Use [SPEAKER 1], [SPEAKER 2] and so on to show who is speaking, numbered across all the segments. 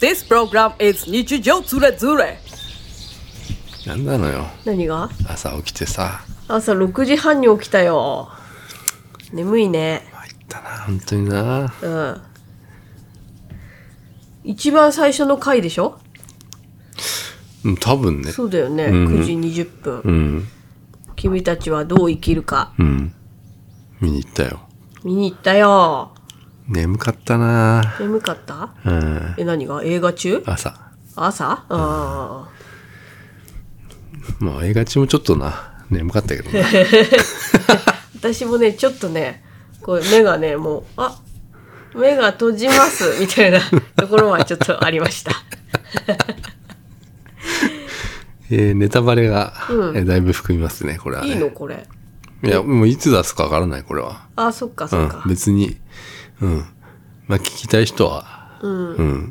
[SPEAKER 1] This program is 日常ズレズレ
[SPEAKER 2] なんなのよ
[SPEAKER 3] 何が
[SPEAKER 2] 朝起きてさ
[SPEAKER 3] 朝6時半に起きたよ眠いね
[SPEAKER 2] 入ったな本当にな
[SPEAKER 3] うん一番最初の回でしょ
[SPEAKER 2] うん多分ね
[SPEAKER 3] そうだよね、
[SPEAKER 2] ん
[SPEAKER 3] 9時20分、
[SPEAKER 2] うん
[SPEAKER 3] 君たちはどう生きるか
[SPEAKER 2] うん見に行ったよ
[SPEAKER 3] 見に行ったよ
[SPEAKER 2] 眠かったな
[SPEAKER 3] 眠かった
[SPEAKER 2] うん
[SPEAKER 3] え何が映画中
[SPEAKER 2] 朝
[SPEAKER 3] 朝ああ
[SPEAKER 2] まあ映画中もちょっとな眠かったけどね
[SPEAKER 3] 私もねちょっとねこう目がねもうあ目が閉じますみたいなところはちょっとありま した
[SPEAKER 2] えーネタバレが、えーだいぶ含みますねこれはね
[SPEAKER 3] いいのこれ
[SPEAKER 2] いやもういつ出すかわからないこれは
[SPEAKER 3] あそっか
[SPEAKER 2] う
[SPEAKER 3] そっか
[SPEAKER 2] ん、別にうんまあ聞きたい人はうん、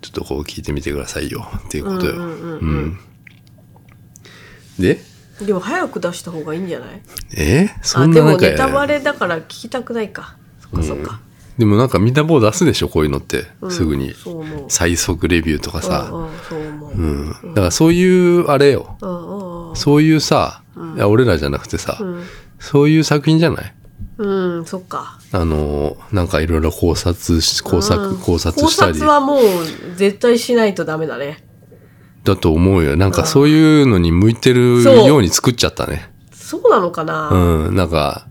[SPEAKER 2] ちょっとこう聞いてみてくださいよっていうことようんで
[SPEAKER 3] でも早く出した方がいいんじゃない
[SPEAKER 2] えーそ
[SPEAKER 3] あ
[SPEAKER 2] ん
[SPEAKER 3] で
[SPEAKER 2] な
[SPEAKER 3] も
[SPEAKER 2] 中
[SPEAKER 3] ネ
[SPEAKER 2] や
[SPEAKER 3] タバレだから聞きたくないかそっかそっか、
[SPEAKER 2] でもなんか見た棒出すでしょこういうのって、
[SPEAKER 3] ん
[SPEAKER 2] すぐに
[SPEAKER 3] そう思う
[SPEAKER 2] 最速レビューとか
[SPEAKER 3] う
[SPEAKER 2] さ、
[SPEAKER 3] んうんそう思う、
[SPEAKER 2] う
[SPEAKER 3] うん
[SPEAKER 2] んだからそういうあれよ
[SPEAKER 3] うん
[SPEAKER 2] そういうさ、いや俺らじゃなくてさ、そういう作品じゃない
[SPEAKER 3] うんうんそっか
[SPEAKER 2] あのーなんかいろいろ考察し考察、
[SPEAKER 3] うん
[SPEAKER 2] 考察
[SPEAKER 3] 考
[SPEAKER 2] したり
[SPEAKER 3] 察はもう絶対しないとダメだね
[SPEAKER 2] だと思うよ。なんかそういうのに向いてる
[SPEAKER 3] そう
[SPEAKER 2] ように作っちゃったね。
[SPEAKER 3] そうなのか
[SPEAKER 2] う
[SPEAKER 3] な、
[SPEAKER 2] ん。なんか、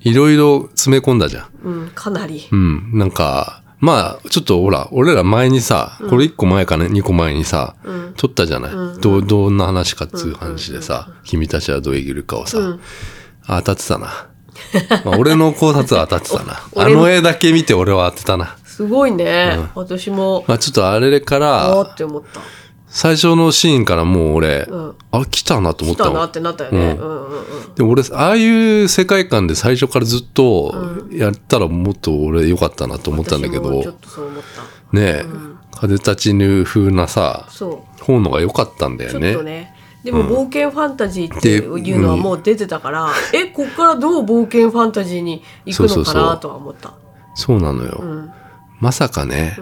[SPEAKER 2] いろいろ詰め込んだじゃん。
[SPEAKER 3] うんかなり
[SPEAKER 2] うん。なんか、まあ、ちょっとほら、俺ら前にさ、これ1個前かね、2個前にさ、撮ったじゃない、どうどんな話かっつう話でさ、君たちはどう生きるかをさ、あ当たってたな。まあ、俺の考察は当たってたな。あ
[SPEAKER 3] 俺の
[SPEAKER 2] の絵だけ見て俺は当てたな。
[SPEAKER 3] すごいね、私も
[SPEAKER 2] まあ、ちょっとあれか
[SPEAKER 3] あー
[SPEAKER 2] ら、
[SPEAKER 3] って思った
[SPEAKER 2] 最初のシーンからもう俺、
[SPEAKER 3] ん
[SPEAKER 2] あ、来たなと
[SPEAKER 3] 来
[SPEAKER 2] 思った
[SPEAKER 3] た
[SPEAKER 2] の。
[SPEAKER 3] なってなったよね、
[SPEAKER 2] うん
[SPEAKER 3] うん、うんうん
[SPEAKER 2] でも俺、ああいう世界観で最初からずっとやったらもっと俺良かったなと思ったんだけ
[SPEAKER 3] 私もちょっ
[SPEAKER 2] ど、
[SPEAKER 3] とそう思っ
[SPEAKER 2] ねえ、風立ちぬ風なさ
[SPEAKER 3] た、そ
[SPEAKER 2] 方のが良かったんだ
[SPEAKER 3] うちょ
[SPEAKER 2] よ
[SPEAKER 3] っと
[SPEAKER 2] ね。
[SPEAKER 3] ねでも冒険ファンタジーっていうのはもう出てたから、えこっからどう冒険ファンタジーに行く
[SPEAKER 2] そう
[SPEAKER 3] の
[SPEAKER 2] そ
[SPEAKER 3] か
[SPEAKER 2] うそう
[SPEAKER 3] なとは思った
[SPEAKER 2] そうなのよ。
[SPEAKER 3] ん
[SPEAKER 2] まさかね、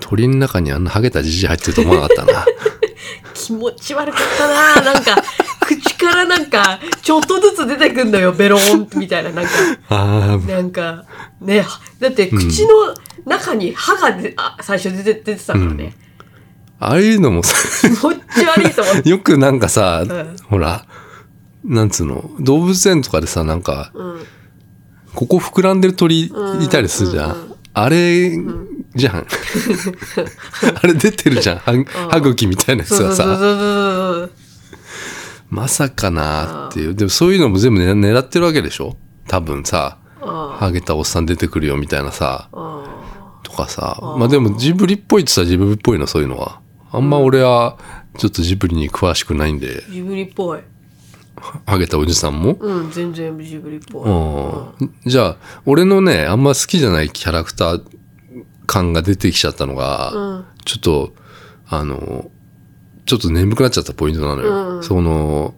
[SPEAKER 2] 鳥の中にあんなハゲたじじ入ってると思わな かったな。
[SPEAKER 3] 気持ち悪かった ななんか口からなんかちょっとずつ出てくんのよベローンみたいななんか
[SPEAKER 2] あ
[SPEAKER 3] なんかねだって口の中に歯がで、あ最初出て出てたからね、
[SPEAKER 2] あ、ああいうのもさ、
[SPEAKER 3] 気持ち悪いと思って
[SPEAKER 2] よくなんかさ、
[SPEAKER 3] ん
[SPEAKER 2] ほら、なんつうの、動物園とかでさ、なんか、
[SPEAKER 3] うん
[SPEAKER 2] ここ膨らんでる鳥いたりするじゃん。あれ、じゃん。あれ出てるじゃん。歯歯茎みたいなや つ
[SPEAKER 3] そうそ
[SPEAKER 2] が
[SPEAKER 3] うそうそう
[SPEAKER 2] さ、
[SPEAKER 3] そう
[SPEAKER 2] まさかなーっていう。でもそういうのも全部ね狙ってるわけでしょ多分さ、ハゲたおっさん出てくるよみたいなさ、とかさ。まあでもジブリっぽいって言ったらジブリっぽいの、そういうのは。あんま俺は、ちょっとジブリに詳しくないんで、
[SPEAKER 3] ジブリっぽい
[SPEAKER 2] ハゲたおじさんも。
[SPEAKER 3] うん全然ジブリっぽい、
[SPEAKER 2] うんじゃあ、俺のね、あんま好きじゃないキャラクター感が出てきちゃったのが、ちょっと、あの、ちょっと眠くなっちゃったポイントなのよ。その、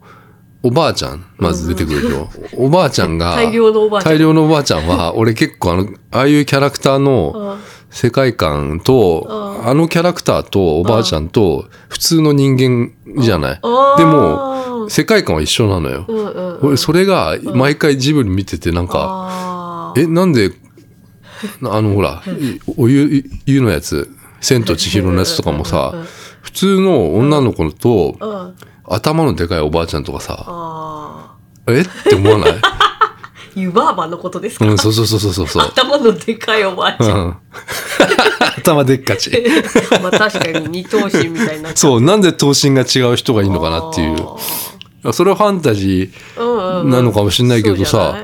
[SPEAKER 2] おばあちゃん、まず出てくるでしょ。おばあちゃんが、
[SPEAKER 3] 大量のおばあちゃん
[SPEAKER 2] 大量のおばあちゃんは、俺結構あの、ああいうキャラクターの世界観と、あのキャラクターとおばあちゃんと、普通の人間じゃない。
[SPEAKER 3] あー
[SPEAKER 2] でも、世界観は一緒なのよ。
[SPEAKER 3] うんうん
[SPEAKER 2] 俺それが毎回ジブリ見ててなんか、
[SPEAKER 3] あ
[SPEAKER 2] えなんでなあのほらいお湯い湯のやつ「千と千尋」のやつとかもさ普通の女の子と
[SPEAKER 3] あうん
[SPEAKER 2] 頭のでかいおばあちゃんとかさ
[SPEAKER 3] あ
[SPEAKER 2] えって思わない
[SPEAKER 3] あ湯婆婆のことですか、
[SPEAKER 2] うんそうそうそうそうそうそう、
[SPEAKER 3] 頭のでかいおばあ
[SPEAKER 2] う
[SPEAKER 3] ちゃん、
[SPEAKER 2] ん、頭でっかち
[SPEAKER 3] まあ確かに二頭身みたいになっちゃ
[SPEAKER 2] そうなんで頭身が違う人がいいのかなっていう
[SPEAKER 3] あ
[SPEAKER 2] いやそれはファンタジ
[SPEAKER 3] ううん
[SPEAKER 2] ー
[SPEAKER 3] うん
[SPEAKER 2] なのかもしれないけど
[SPEAKER 3] そうじ
[SPEAKER 2] さ
[SPEAKER 3] ゃない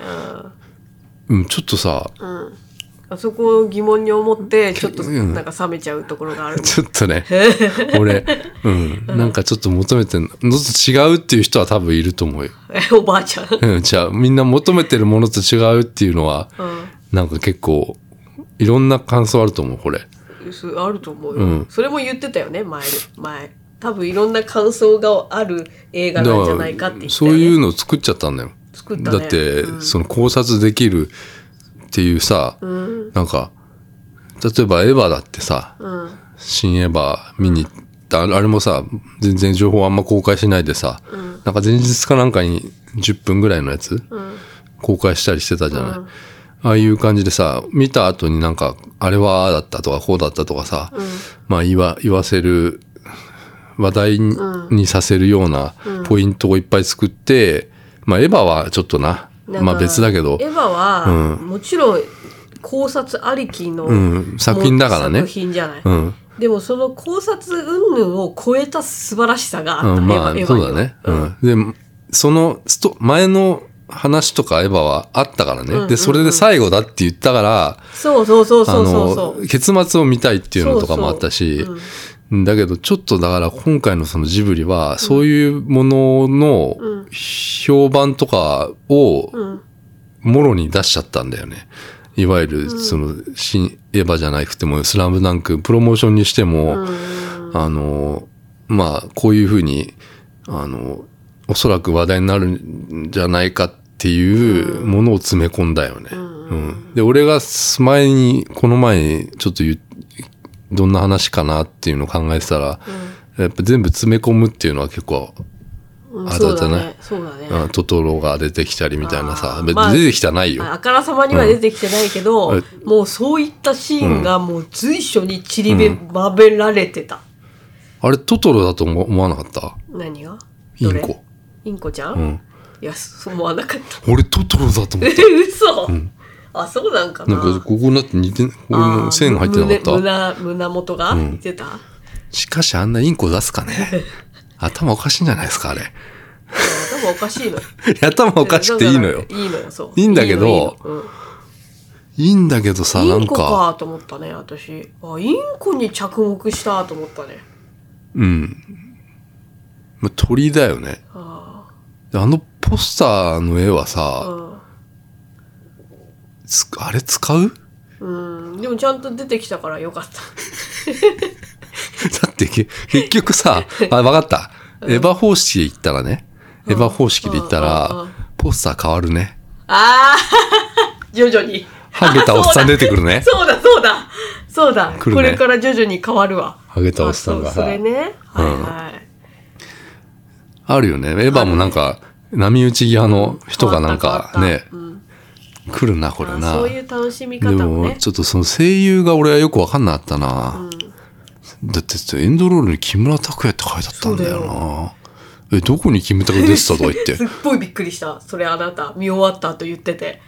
[SPEAKER 3] うん
[SPEAKER 2] うんちょっとさ
[SPEAKER 3] あそこを疑問に思ってちょっと
[SPEAKER 2] うん
[SPEAKER 3] なんか冷めちゃうところがある
[SPEAKER 2] ちょっとね、俺、うん、なんかちょっと求めてんの、のと違うっていう人は多分いると思うよ。
[SPEAKER 3] えおばあちゃん、う
[SPEAKER 2] うん、じゃあ、みんな求めてるものと違うっていうのは、なんか結構、いろんな感想あると思う、これ。
[SPEAKER 3] ん、すあると思うよ、
[SPEAKER 2] うん
[SPEAKER 3] それも言ってたよね前前多分いろんな感想がある映画なんじゃないかって言ってた
[SPEAKER 2] そう
[SPEAKER 3] よね
[SPEAKER 2] いうのを作っちゃったんだよ。
[SPEAKER 3] 作った
[SPEAKER 2] だ
[SPEAKER 3] ね
[SPEAKER 2] って、その考察できるっていうさ、なんか、例えばエヴァだってさ、新エヴァ見に行った。あれあれもさ、全然情報あんま公開しないでさ、なんか前日かなんかに10分ぐらいのやつ、公開したりしてたじゃない。ああいう感じでさ、見た後になんか、あれはああだったとか、こうだったとかさ、まあ言わ、言わせる、話題に,、させるようなポイントをいっぱい作って、まあエヴァはちょっとな、
[SPEAKER 3] なんか
[SPEAKER 2] まあ別だけど、
[SPEAKER 3] エヴァは、もちろん考察ありきの、
[SPEAKER 2] ん作品だからね
[SPEAKER 3] 作品じゃない。
[SPEAKER 2] うん。
[SPEAKER 3] でもその考察云々を超えた素晴らしさがあった、
[SPEAKER 2] うん、まあ
[SPEAKER 3] エヴァエヴァには
[SPEAKER 2] そうだね。うん。で、そのスト、前の話とかエヴァはあったからね。で、それで最後だって言ったから、
[SPEAKER 3] そうそうそうそうそう
[SPEAKER 2] あ
[SPEAKER 3] そ
[SPEAKER 2] の
[SPEAKER 3] う。
[SPEAKER 2] 結末を見たいっていうのとかもあったし、だけどちょっとだから今回のそのジブリは、そういうものの評判とかを、もろに出しちゃったんだよね。いわゆる、その、新エヴァじゃなくても、スラムダンク、プロモーションにしても、あの、まあ、こういうふうに、あの、おそらく話題になるんじゃないかっていうものを詰め込んだよね。うんで、俺が前に、この前にちょっと言うどんな話かなっていうのを考えてたら、やっぱ全部詰め込むっていうのは結構、
[SPEAKER 3] うん
[SPEAKER 2] あ
[SPEAKER 3] そう
[SPEAKER 2] だったね
[SPEAKER 3] そうだね。
[SPEAKER 2] あトトロが出てきたりみたいなさ
[SPEAKER 3] あ、ー
[SPEAKER 2] 別
[SPEAKER 3] まあ
[SPEAKER 2] に出てきたらないよ。
[SPEAKER 3] ああからさまには出てきてないけど、
[SPEAKER 2] うん
[SPEAKER 3] もうそういったシーンがもう随所に散りべ、まべられてた。
[SPEAKER 2] あれ、トトロだと思思わなかった
[SPEAKER 3] 何が
[SPEAKER 2] イ
[SPEAKER 3] ど
[SPEAKER 2] ン
[SPEAKER 3] れ
[SPEAKER 2] コ。
[SPEAKER 3] インコちゃん、
[SPEAKER 2] うん。
[SPEAKER 3] いや、そう思わなかった。
[SPEAKER 2] 俺、トトロだと思っ
[SPEAKER 3] え、
[SPEAKER 2] た。
[SPEAKER 3] 嘘、あ、そうなんかな。
[SPEAKER 2] なんか、ここなって似てん、ここ
[SPEAKER 3] あー
[SPEAKER 2] の線入ってなかった。
[SPEAKER 3] 胸胸胸元が似てた、
[SPEAKER 2] しかし、あんなインコ出 すかね。頭おかしいんじゃないですか、あれ。
[SPEAKER 3] 頭おかしいのよ。
[SPEAKER 2] 頭 おかしくていいのよ
[SPEAKER 3] だ。からいいのよ、そう。
[SPEAKER 2] いいんだけど
[SPEAKER 3] いいのいいのうん
[SPEAKER 2] いいんだけどさ、な
[SPEAKER 3] イン
[SPEAKER 2] ん
[SPEAKER 3] コ
[SPEAKER 2] か、
[SPEAKER 3] かと思ったね、私。あ、インコに着目したと思ったね。
[SPEAKER 2] うん。もう鳥だよね。
[SPEAKER 3] あ
[SPEAKER 2] であのポスターの絵は
[SPEAKER 3] ー
[SPEAKER 2] さ、
[SPEAKER 3] うん
[SPEAKER 2] つあれ使う
[SPEAKER 3] うん、でもちゃんと出てきたからよかった。
[SPEAKER 2] だってけ、結局さ、あ、わかった。エヴァ方式で言ったらね、エヴァ方式で言った
[SPEAKER 3] うんうん
[SPEAKER 2] ら
[SPEAKER 3] うん、
[SPEAKER 2] ポスター変わるね。
[SPEAKER 3] ああ 徐々に。
[SPEAKER 2] ハゲたおっさん出てくるね。
[SPEAKER 3] そうだ、そうだ、そうだ。
[SPEAKER 2] 来る
[SPEAKER 3] こ
[SPEAKER 2] ね
[SPEAKER 3] れから徐々に変わるわ。
[SPEAKER 2] ハゲたおっさんが
[SPEAKER 3] あそうそ
[SPEAKER 2] さ
[SPEAKER 3] れね。はいはい。
[SPEAKER 2] あるよね。エヴァもなんか、波打ち際の人がなんか
[SPEAKER 3] 変わっ
[SPEAKER 2] ね
[SPEAKER 3] た、変わった
[SPEAKER 2] 来るな、こ
[SPEAKER 3] う
[SPEAKER 2] れ
[SPEAKER 3] ん、あ
[SPEAKER 2] な。
[SPEAKER 3] そういう楽しみ
[SPEAKER 2] で
[SPEAKER 3] 方も
[SPEAKER 2] も、
[SPEAKER 3] ね。
[SPEAKER 2] ちょっとその声優が俺はよくわかんなかったな。だってちょっとエンドロールに木村拓哉って書いてあったんだよ
[SPEAKER 3] そうだ
[SPEAKER 2] な。え、どこに木村拓哉出てたとか言っ。
[SPEAKER 3] すってごいびっくりした。それあなた、見終わった後言ってて。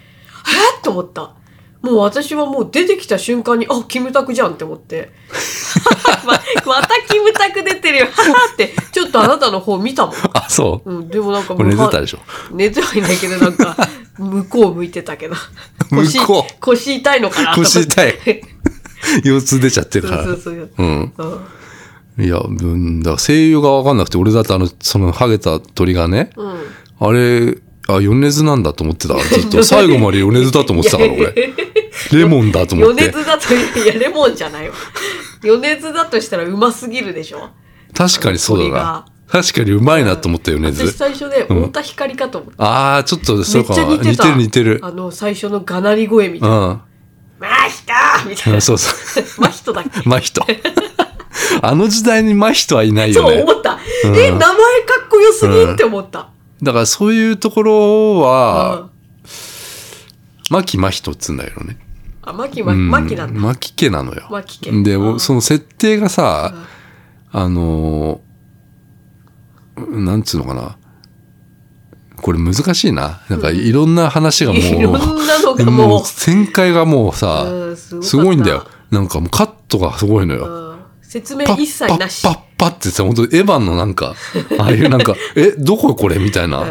[SPEAKER 3] えっと思った。もう私はもう出てきた瞬間に、あ、キムタクじゃんって思って。 ままたキムタク出てるよ。 ははって、ちょっとあなたの方見たもん。
[SPEAKER 2] あ、そう。
[SPEAKER 3] うん、でもなんか
[SPEAKER 2] これ寝てたで
[SPEAKER 3] し
[SPEAKER 2] しょ。
[SPEAKER 3] ょ寝てはいないけど、なん か、向こう向いてたけど。
[SPEAKER 2] 向
[SPEAKER 3] 腰
[SPEAKER 2] こう
[SPEAKER 3] 腰痛いのかな
[SPEAKER 2] 腰痛い
[SPEAKER 3] そ
[SPEAKER 2] 腰痛出ちゃってるか
[SPEAKER 3] う
[SPEAKER 2] ら
[SPEAKER 3] そ。うそう。
[SPEAKER 2] うん。
[SPEAKER 3] うん
[SPEAKER 2] いや、うんだから声優がわかんなくて、俺だってあの、その、ハゲた鳥がね、
[SPEAKER 3] うん
[SPEAKER 2] あれ、あ、米津なんだと思ってたから、ずっと。最後まで米津だと思っ てたから、俺。レモンだと思っ
[SPEAKER 3] 余
[SPEAKER 2] て
[SPEAKER 3] 熱。だと、いや、レモンじゃないわ。余熱だとしたらうますぎるでしょ
[SPEAKER 2] 確かにそうだな。確かにうまいなと思った米
[SPEAKER 3] 私
[SPEAKER 2] 津。
[SPEAKER 3] 最初ね、
[SPEAKER 2] ん
[SPEAKER 3] 太田光かと思った。
[SPEAKER 2] あー、ちょっとそ
[SPEAKER 3] め
[SPEAKER 2] う
[SPEAKER 3] っちゃ
[SPEAKER 2] か
[SPEAKER 3] 似
[SPEAKER 2] も。
[SPEAKER 3] て
[SPEAKER 2] 似
[SPEAKER 3] た。
[SPEAKER 2] てる似てる。
[SPEAKER 3] あの、最初のがなり声みた
[SPEAKER 2] う
[SPEAKER 3] いな。
[SPEAKER 2] ん。
[SPEAKER 3] まひたみたい
[SPEAKER 2] うん
[SPEAKER 3] な。
[SPEAKER 2] そう そ
[SPEAKER 3] まひとだっけ
[SPEAKER 2] う。真人。あの時代に真人はいないよ
[SPEAKER 3] そう
[SPEAKER 2] ね。
[SPEAKER 3] 思った。え、名前かっこよすぎんって思った。
[SPEAKER 2] だからそういうところ
[SPEAKER 3] うん
[SPEAKER 2] は、牧真人っつうんだよね。
[SPEAKER 3] あ、まきま、まきなんだ。
[SPEAKER 2] マキ家なのよ。
[SPEAKER 3] マキ家
[SPEAKER 2] で、
[SPEAKER 3] うん
[SPEAKER 2] その設定がさ、あのー、なんつうのかな。これ難しいな。なんかいろんな話がもう、
[SPEAKER 3] いろんなのがもう
[SPEAKER 2] もう展開がもうさ、
[SPEAKER 3] うんすごかった
[SPEAKER 2] すごいんだよ。なんかもうカットがすごいのよ。
[SPEAKER 3] うん説明
[SPEAKER 2] パ
[SPEAKER 3] 一
[SPEAKER 2] ッパ
[SPEAKER 3] 切な
[SPEAKER 2] ッ
[SPEAKER 3] し
[SPEAKER 2] パ。ッパッってさ、本当エヴァンのな んか、ああいうなんか、え、どここれみたい
[SPEAKER 3] うん
[SPEAKER 2] な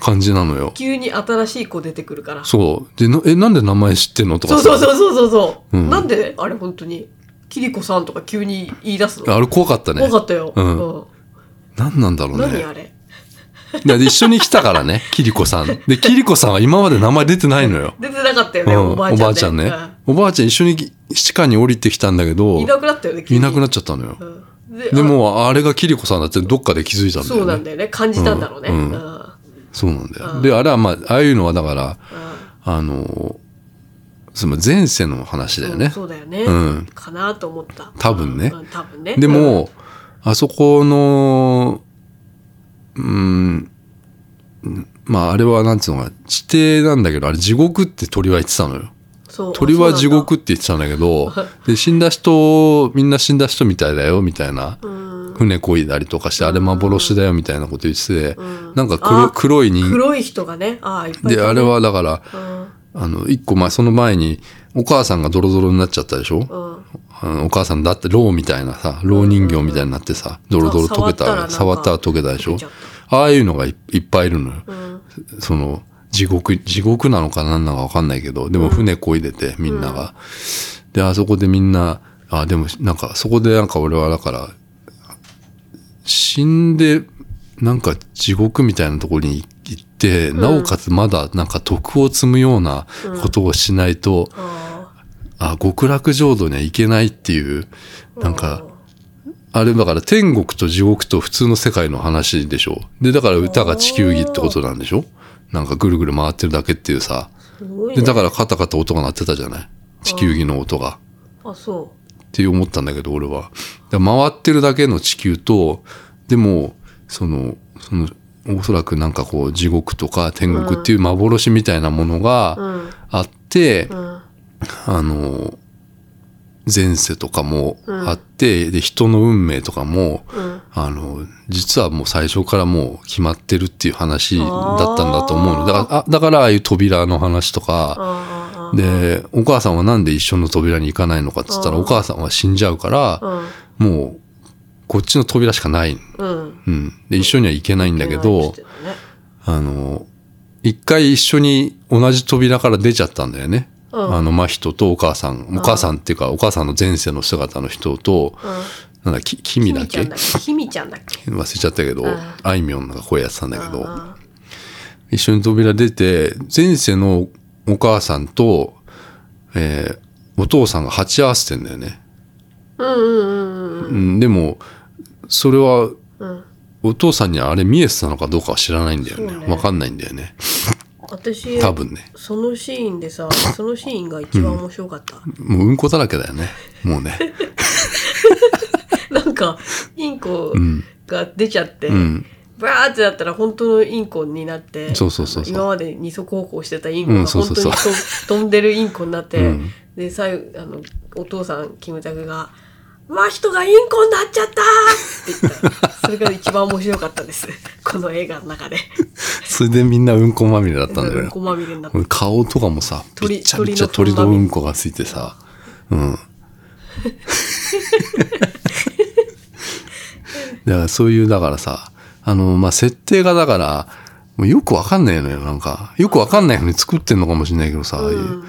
[SPEAKER 2] 感じなのよ。
[SPEAKER 3] 急に新しい子出てくるから。そ
[SPEAKER 2] そう。で、なえ、なんで名前知ってんのとか
[SPEAKER 3] う
[SPEAKER 2] さ。
[SPEAKER 3] そうそうそうそうそう、
[SPEAKER 2] うん
[SPEAKER 3] なんであれ本当にキリコさんとか急に言い出すの、
[SPEAKER 2] あれ怖かったね。
[SPEAKER 3] 怖かったよ、
[SPEAKER 2] うん
[SPEAKER 3] うん
[SPEAKER 2] 何なんだろう
[SPEAKER 3] 何
[SPEAKER 2] ね
[SPEAKER 3] あ。れ
[SPEAKER 2] だって一緒に来たからね、 キリコさん。で、キリコさんは今まで名前出てないのよ。
[SPEAKER 3] 出てなかったよ
[SPEAKER 2] う
[SPEAKER 3] ね、
[SPEAKER 2] ん
[SPEAKER 3] おばあちゃんね
[SPEAKER 2] ね。おばあちゃん一緒に地下に降りてきたんだけ
[SPEAKER 3] うん
[SPEAKER 2] ど
[SPEAKER 3] い、なくなったよね急
[SPEAKER 2] い
[SPEAKER 3] に
[SPEAKER 2] なくなっちゃったのよ。
[SPEAKER 3] うんで
[SPEAKER 2] でも、あれがキリコさんだってどっかで気づいた
[SPEAKER 3] あ
[SPEAKER 2] んだよ
[SPEAKER 3] そう
[SPEAKER 2] ね。
[SPEAKER 3] なんだよね感じたんだろうね、
[SPEAKER 2] う
[SPEAKER 3] うんん
[SPEAKER 2] うんそうなんだよ。で、あれはまあ、ああいうのはだから、あの、その前世の話だよね。
[SPEAKER 3] そうだよね。
[SPEAKER 2] うん
[SPEAKER 3] かなと思った。
[SPEAKER 2] 多分ね
[SPEAKER 3] うん多分ね。
[SPEAKER 2] でも、あそこの、うん、んまああれはなんつうのかな、地底なんだけど、あれ地獄って鳥は言ってたのよ。
[SPEAKER 3] そう、
[SPEAKER 2] 鳥は地獄
[SPEAKER 3] っ
[SPEAKER 2] って言ってたんだけど、で、死んだ人、みんな死んだ人みたいだよ、みたいな。船こいだりとかして、あれ幻だよ、みたいなこと言ってて、なんか黒
[SPEAKER 3] あ
[SPEAKER 2] 黒い人
[SPEAKER 3] 黒い人がね、ああ、いっぱいいたね
[SPEAKER 2] で、あれ、はだから、
[SPEAKER 3] うん
[SPEAKER 2] あの、一個前、その前に、お母さんがドロドロになっちゃったでしょ、
[SPEAKER 3] うん、
[SPEAKER 2] あのお母さんだって、ロみたいなさ、ロ人形みたいになってさ、ドロドロ溶けた、触
[SPEAKER 3] 触っ
[SPEAKER 2] っ
[SPEAKER 3] たたらな
[SPEAKER 2] ら
[SPEAKER 3] んか
[SPEAKER 2] 溶けたでしょ
[SPEAKER 3] 溶けちゃっ
[SPEAKER 2] ああいうのがいいっぱいいるのよ。
[SPEAKER 3] うん、
[SPEAKER 2] その、地獄、地獄なのか何なのかわかんないけど、でも船こいでて、みんなが。で、あそこでみんな、あ、でも、なんか、そこでなんか俺はだから、死んで、なんか地獄みたいなところに行って、なおかつまだなんか徳を積むようなことをしないと、
[SPEAKER 3] あ
[SPEAKER 2] あ、極楽浄土には行けないっていう、なんか、あれだから天国と地獄と普通の世界の話でしょ。で、だから歌が地球儀ってことなんでしょなんかぐるぐる回ってるだけっていうさ。
[SPEAKER 3] ーすごい
[SPEAKER 2] で、
[SPEAKER 3] ね。
[SPEAKER 2] だからカタカタ音が鳴ってたじゃない地球儀の音が。
[SPEAKER 3] あ、そ
[SPEAKER 2] って思ったんだけど、俺は。だから回ってるだけの地球と、でも、その、その、おそらくなんかこう地獄とか天国っていう幻みたいなもの
[SPEAKER 3] う。う
[SPEAKER 2] が
[SPEAKER 3] ん、
[SPEAKER 2] あって、
[SPEAKER 3] うん、
[SPEAKER 2] あの、前世とかもあって、で、人の運命とかも、
[SPEAKER 3] うん。
[SPEAKER 2] あの、実はもう最初からもう決まってるっていう話だったんだと思
[SPEAKER 3] あー
[SPEAKER 2] うの。だから、あだからああいう扉の話とか、
[SPEAKER 3] あーあー、
[SPEAKER 2] で、お母さんはなんで一緒の扉に行かないのかって言ったら、
[SPEAKER 3] あー
[SPEAKER 2] お母さんは死んじゃうから、
[SPEAKER 3] あ
[SPEAKER 2] もう、こっちの扉しかない。
[SPEAKER 3] ーうん、うん。
[SPEAKER 2] うん。で、一緒には行けないんだけど、
[SPEAKER 3] 恋愛してたね
[SPEAKER 2] あの、一回一緒に同じ扉から出ちゃったんだよね。
[SPEAKER 3] うん
[SPEAKER 2] あの、真人とお母さん。お母さんっていうか、お母さんの前世の姿の人と、
[SPEAKER 3] うん。
[SPEAKER 2] なんだ、き、
[SPEAKER 3] ひ
[SPEAKER 2] 君だっ
[SPEAKER 3] みちゃ
[SPEAKER 2] け
[SPEAKER 3] んだっけひみちゃんだっけ
[SPEAKER 2] 忘れちゃったけど
[SPEAKER 3] ん、
[SPEAKER 2] あいみょんが声やってたんだけど、
[SPEAKER 3] あ
[SPEAKER 2] 一緒に扉出て、前世のお母さんと、えーお父さんが鉢合わせてんだよね。
[SPEAKER 3] ーうんうんうん
[SPEAKER 2] うん、でも、それは、
[SPEAKER 3] うん。うん
[SPEAKER 2] お父さんにあれ見えてたのかどうかは知らないんだよね。
[SPEAKER 3] そう
[SPEAKER 2] わ、
[SPEAKER 3] ね
[SPEAKER 2] かんないんだよね。
[SPEAKER 3] 私、
[SPEAKER 2] 多分ね。
[SPEAKER 3] そのシーンでさ、そのシーンが一番面白かった。
[SPEAKER 2] もううんこだらけだよね。もうね。
[SPEAKER 3] なんか、インコ
[SPEAKER 2] うん。
[SPEAKER 3] が出ちゃって、
[SPEAKER 2] うん。
[SPEAKER 3] バーってなったら本当のインコになって、
[SPEAKER 2] そうそうそうそう
[SPEAKER 3] 今まで二足歩行してたインコ
[SPEAKER 2] うん
[SPEAKER 3] が
[SPEAKER 2] そう
[SPEAKER 3] 本
[SPEAKER 2] そう
[SPEAKER 3] 当
[SPEAKER 2] そう
[SPEAKER 3] にと飛んでるインコになって、
[SPEAKER 2] うん
[SPEAKER 3] で、最後、あの、お父さん、キムタクが、真人がインコになっちゃったーって言った。それが一番面白かったです。この映画の中で。
[SPEAKER 2] それでみんなうんこまみれだったんだ
[SPEAKER 3] う
[SPEAKER 2] よ
[SPEAKER 3] ん
[SPEAKER 2] ね
[SPEAKER 3] こ。まみれになって。
[SPEAKER 2] 俺顔とかもさ、
[SPEAKER 3] 鳥
[SPEAKER 2] びっちゃびちゃ鳥
[SPEAKER 3] 鳥の
[SPEAKER 2] のうんこがついてさ。うん。だからそういう、だからさ、あの、まあ、設定がだから、もうよくわかんないのよ、なんか。よくわかんないふうに作ってんのかもしれないけどさ、ああいう
[SPEAKER 3] うん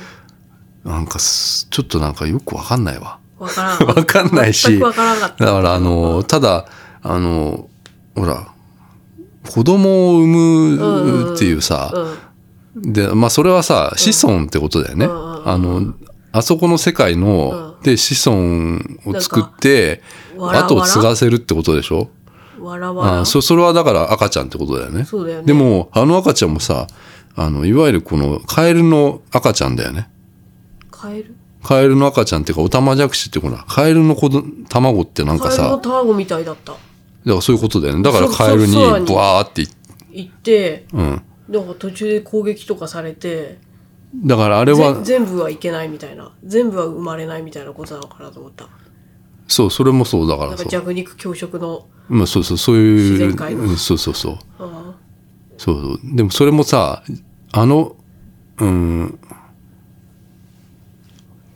[SPEAKER 2] なんかす、ちょっとなんかよくわかんないわ。
[SPEAKER 3] わからん。
[SPEAKER 2] わかんないし。
[SPEAKER 3] 全 くわからんかった。
[SPEAKER 2] だからあの、ただ、あの、ほら、子供を産むっていうさ、
[SPEAKER 3] うん。
[SPEAKER 2] で、まあそれはさ、子孫ってことだよね。
[SPEAKER 3] うんうんうん
[SPEAKER 2] あの、あそこの世界の、で、子孫を作って、
[SPEAKER 3] わら
[SPEAKER 2] 後を
[SPEAKER 3] わら
[SPEAKER 2] 継がせるってことでしょ
[SPEAKER 3] わらわら。
[SPEAKER 2] あそそれはだから赤ちゃんってことだよね。
[SPEAKER 3] そうだよね
[SPEAKER 2] でも、あの赤ちゃんもさ、あの、いわゆるこのカエルの赤ちゃんだよね。
[SPEAKER 3] カエル
[SPEAKER 2] カエルの赤ちゃんっていうか、オタマジャクシっていうかな、カエルの子ど卵ってなん
[SPEAKER 3] カ
[SPEAKER 2] か
[SPEAKER 3] エルの
[SPEAKER 2] さ、
[SPEAKER 3] 卵みたいだった。
[SPEAKER 2] だからそういうことだよね。だから
[SPEAKER 3] そう
[SPEAKER 2] カエルに
[SPEAKER 3] そうそう
[SPEAKER 2] ブワーってい、
[SPEAKER 3] 行って、
[SPEAKER 2] うん。
[SPEAKER 3] なんか途中で攻撃とかされて、
[SPEAKER 2] だからあれ
[SPEAKER 3] ぜ
[SPEAKER 2] は、
[SPEAKER 3] 全部はいけないみたいな。全部は生まれないみたいなことなのかなと思った。
[SPEAKER 2] そう、それもそうだか
[SPEAKER 3] なんか
[SPEAKER 2] らそう。
[SPEAKER 3] 弱肉強食の。
[SPEAKER 2] まあそうそう、そういう、
[SPEAKER 3] 自然界の
[SPEAKER 2] うんそうそうそう。
[SPEAKER 3] あ
[SPEAKER 2] そうそう。でもそれもさ、あの、うん。